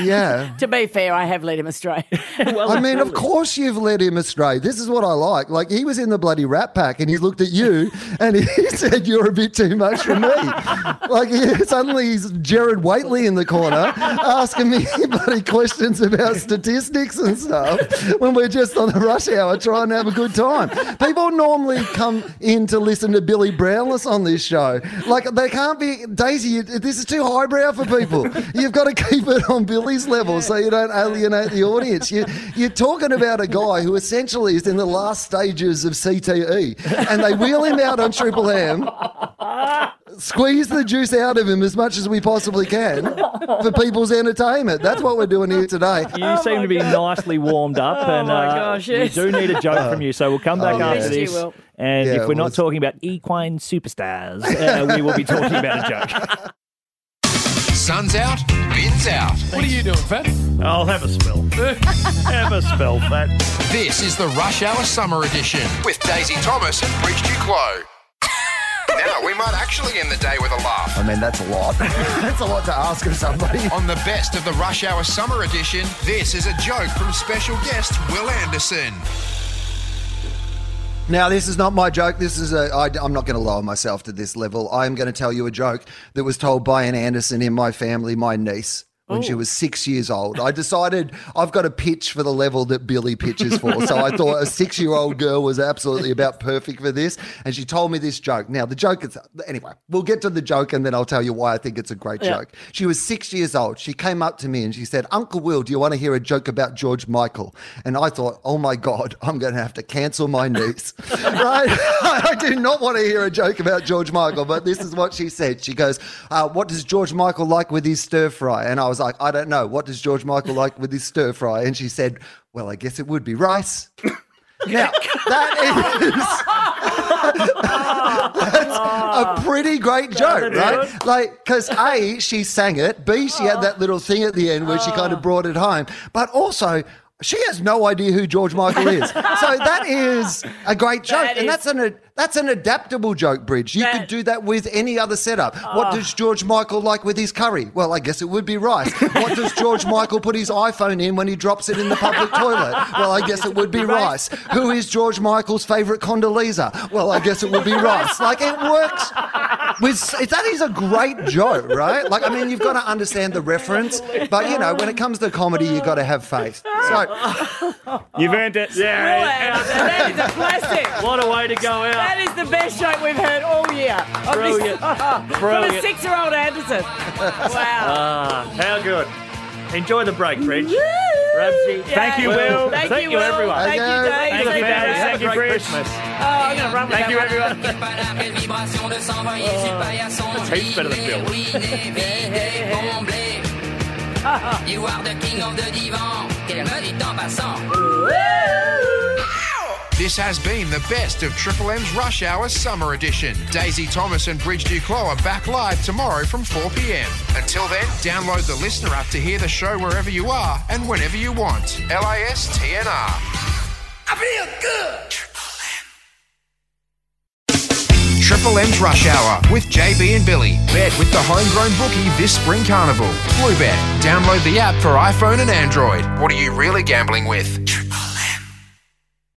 [SPEAKER 5] yeah.
[SPEAKER 3] to be fair, I have led him
[SPEAKER 2] [LAUGHS]
[SPEAKER 3] astray. well,
[SPEAKER 5] I mean, of course you've led him astray. This is what I like. Like he was in the bloody rat pack and he looked at you [LAUGHS] and he said, You're a bit too much for me. [LAUGHS] like he- suddenly he's Jared Waitley in the corner [LAUGHS] asking me bloody questions about statistics and stuff when we're just on the rush hour trying to have a good time. People normally come in to listen to Billy Brownless on this show. Like they can't be Daisy, you- this is too highbrow for people. You've got to keep it on Billy's level so you don't alienate the audience. You, you're talking about a guy who essentially is in the last stages of CTE, and they wheel him out on Triple M, squeeze the juice out of him as much as we possibly can for people's entertainment. That's what we're doing here today.
[SPEAKER 2] You seem to be nicely warmed up,
[SPEAKER 5] Oh
[SPEAKER 2] and
[SPEAKER 5] my
[SPEAKER 2] uh,
[SPEAKER 5] gosh, yes.
[SPEAKER 2] we do need a joke from you. So we'll come back
[SPEAKER 5] Oh, yeah.
[SPEAKER 2] after
[SPEAKER 5] Yes, you
[SPEAKER 2] this,
[SPEAKER 5] will.
[SPEAKER 2] and
[SPEAKER 5] Yeah,
[SPEAKER 2] if we're
[SPEAKER 5] well,
[SPEAKER 2] not
[SPEAKER 5] it's-
[SPEAKER 2] talking about equine superstars, uh, we will be talking about a joke.
[SPEAKER 1] Sun's out, bin's out. What are you doing, Fat?
[SPEAKER 2] I'll have a
[SPEAKER 1] [LAUGHS]
[SPEAKER 2] spell. have a spell, Fat.
[SPEAKER 1] This is the Rush Hour Summer Edition with Daisy Thomas and Bridge Duclos. now, we might actually end the day with a laugh.
[SPEAKER 5] I mean, that's a lot. [LAUGHS] that's a lot to ask of somebody.
[SPEAKER 1] On the best of the Rush Hour Summer Edition, this is a joke from special guest Will Anderson.
[SPEAKER 5] Now, this is not my joke. This is a. I, I'm not going to lower myself to this level. I am going to tell you a joke that was told by an Anderson in my family, my niece, when she
[SPEAKER 6] Oh.
[SPEAKER 5] was six years old. I decided I've got a pitch for the level that Billy pitches for. so I thought a six year old girl was absolutely about perfect for this. And she told me this joke. Now, the joke is. Anyway, we'll get to the joke and then I'll tell you why I think it's a great
[SPEAKER 6] Yeah.
[SPEAKER 5] joke. She was six years old. She came up to me and she said, Uncle Will, do you want to hear a joke about George Michael? And I thought, oh my God, I'm going to have to cancel my niece. [LAUGHS] right? I do not want to hear a joke about George Michael, but this is what she said. She goes, uh, What does George Michael like with his stir fry? And I was like, I don't know. What does George Michael like with his stir fry? And she said, Well, I guess it would be rice. [LAUGHS] now, that is.
[SPEAKER 6] Oh.
[SPEAKER 5] a pretty great joke, right? Like, because A, she sang it, B, she had
[SPEAKER 6] Oh.
[SPEAKER 5] that little thing at the end where she kind of brought it home, but also, she has no idea who George Michael is. so that is a great
[SPEAKER 6] [LAUGHS]
[SPEAKER 5] joke.
[SPEAKER 6] That
[SPEAKER 5] and
[SPEAKER 6] is-
[SPEAKER 5] that's an that's an adaptable joke, Bridge. You could do that with any other setup. What
[SPEAKER 6] Oh.
[SPEAKER 5] does George Michael like with his curry? Well, I guess it would be rice. What does George Michael put his iPhone in when he drops it in the public toilet? Well, I guess it would be rice. Who is George Michael's favourite Condoleezza? Well, I guess it would be rice. Like it works. With that is a great joke, right? Like I mean, you've got to understand the reference, but you know, when it comes to comedy, you've got to have faith.
[SPEAKER 7] You've earned it.
[SPEAKER 3] Well, that is a classic.
[SPEAKER 2] What a way to go out.
[SPEAKER 3] That is the best joke we've heard all year. Of
[SPEAKER 2] Brilliant.
[SPEAKER 3] [LAUGHS] This, From a
[SPEAKER 2] Brilliant.
[SPEAKER 3] six-year-old Anderson.
[SPEAKER 5] [LAUGHS]
[SPEAKER 3] Wow.
[SPEAKER 2] Ah, how good. Enjoy the break, Bridge. Ramsey.
[SPEAKER 7] Thank you, Will.
[SPEAKER 2] Thank, you, everyone.
[SPEAKER 7] Thank you, Dave. Thank you, Dave. Thank
[SPEAKER 2] Have a
[SPEAKER 7] you, Oh,
[SPEAKER 2] great
[SPEAKER 7] Bridge.
[SPEAKER 2] Christmas.
[SPEAKER 3] I'm going to run with
[SPEAKER 7] Thank
[SPEAKER 3] that
[SPEAKER 7] you,
[SPEAKER 3] one.
[SPEAKER 7] everyone. [LAUGHS]
[SPEAKER 2] That's heaps better than Bill.
[SPEAKER 7] Oh.
[SPEAKER 8] You are the king of the divan. Qu'elle me dit en passant.
[SPEAKER 1] This has been the best of Triple M's Rush Hour Summer Edition. Daisy Thomas and Bridge Duclos are back live tomorrow from 4 p.m. Until then, download the listener app to hear the show wherever you are and whenever you want. LISTNR.
[SPEAKER 4] I feel good.
[SPEAKER 1] Triple M's Rush Hour with JB and Billy. Bet with the homegrown bookie this spring carnival. Bluebet. Download the app for iPhone and Android. What are you really gambling with?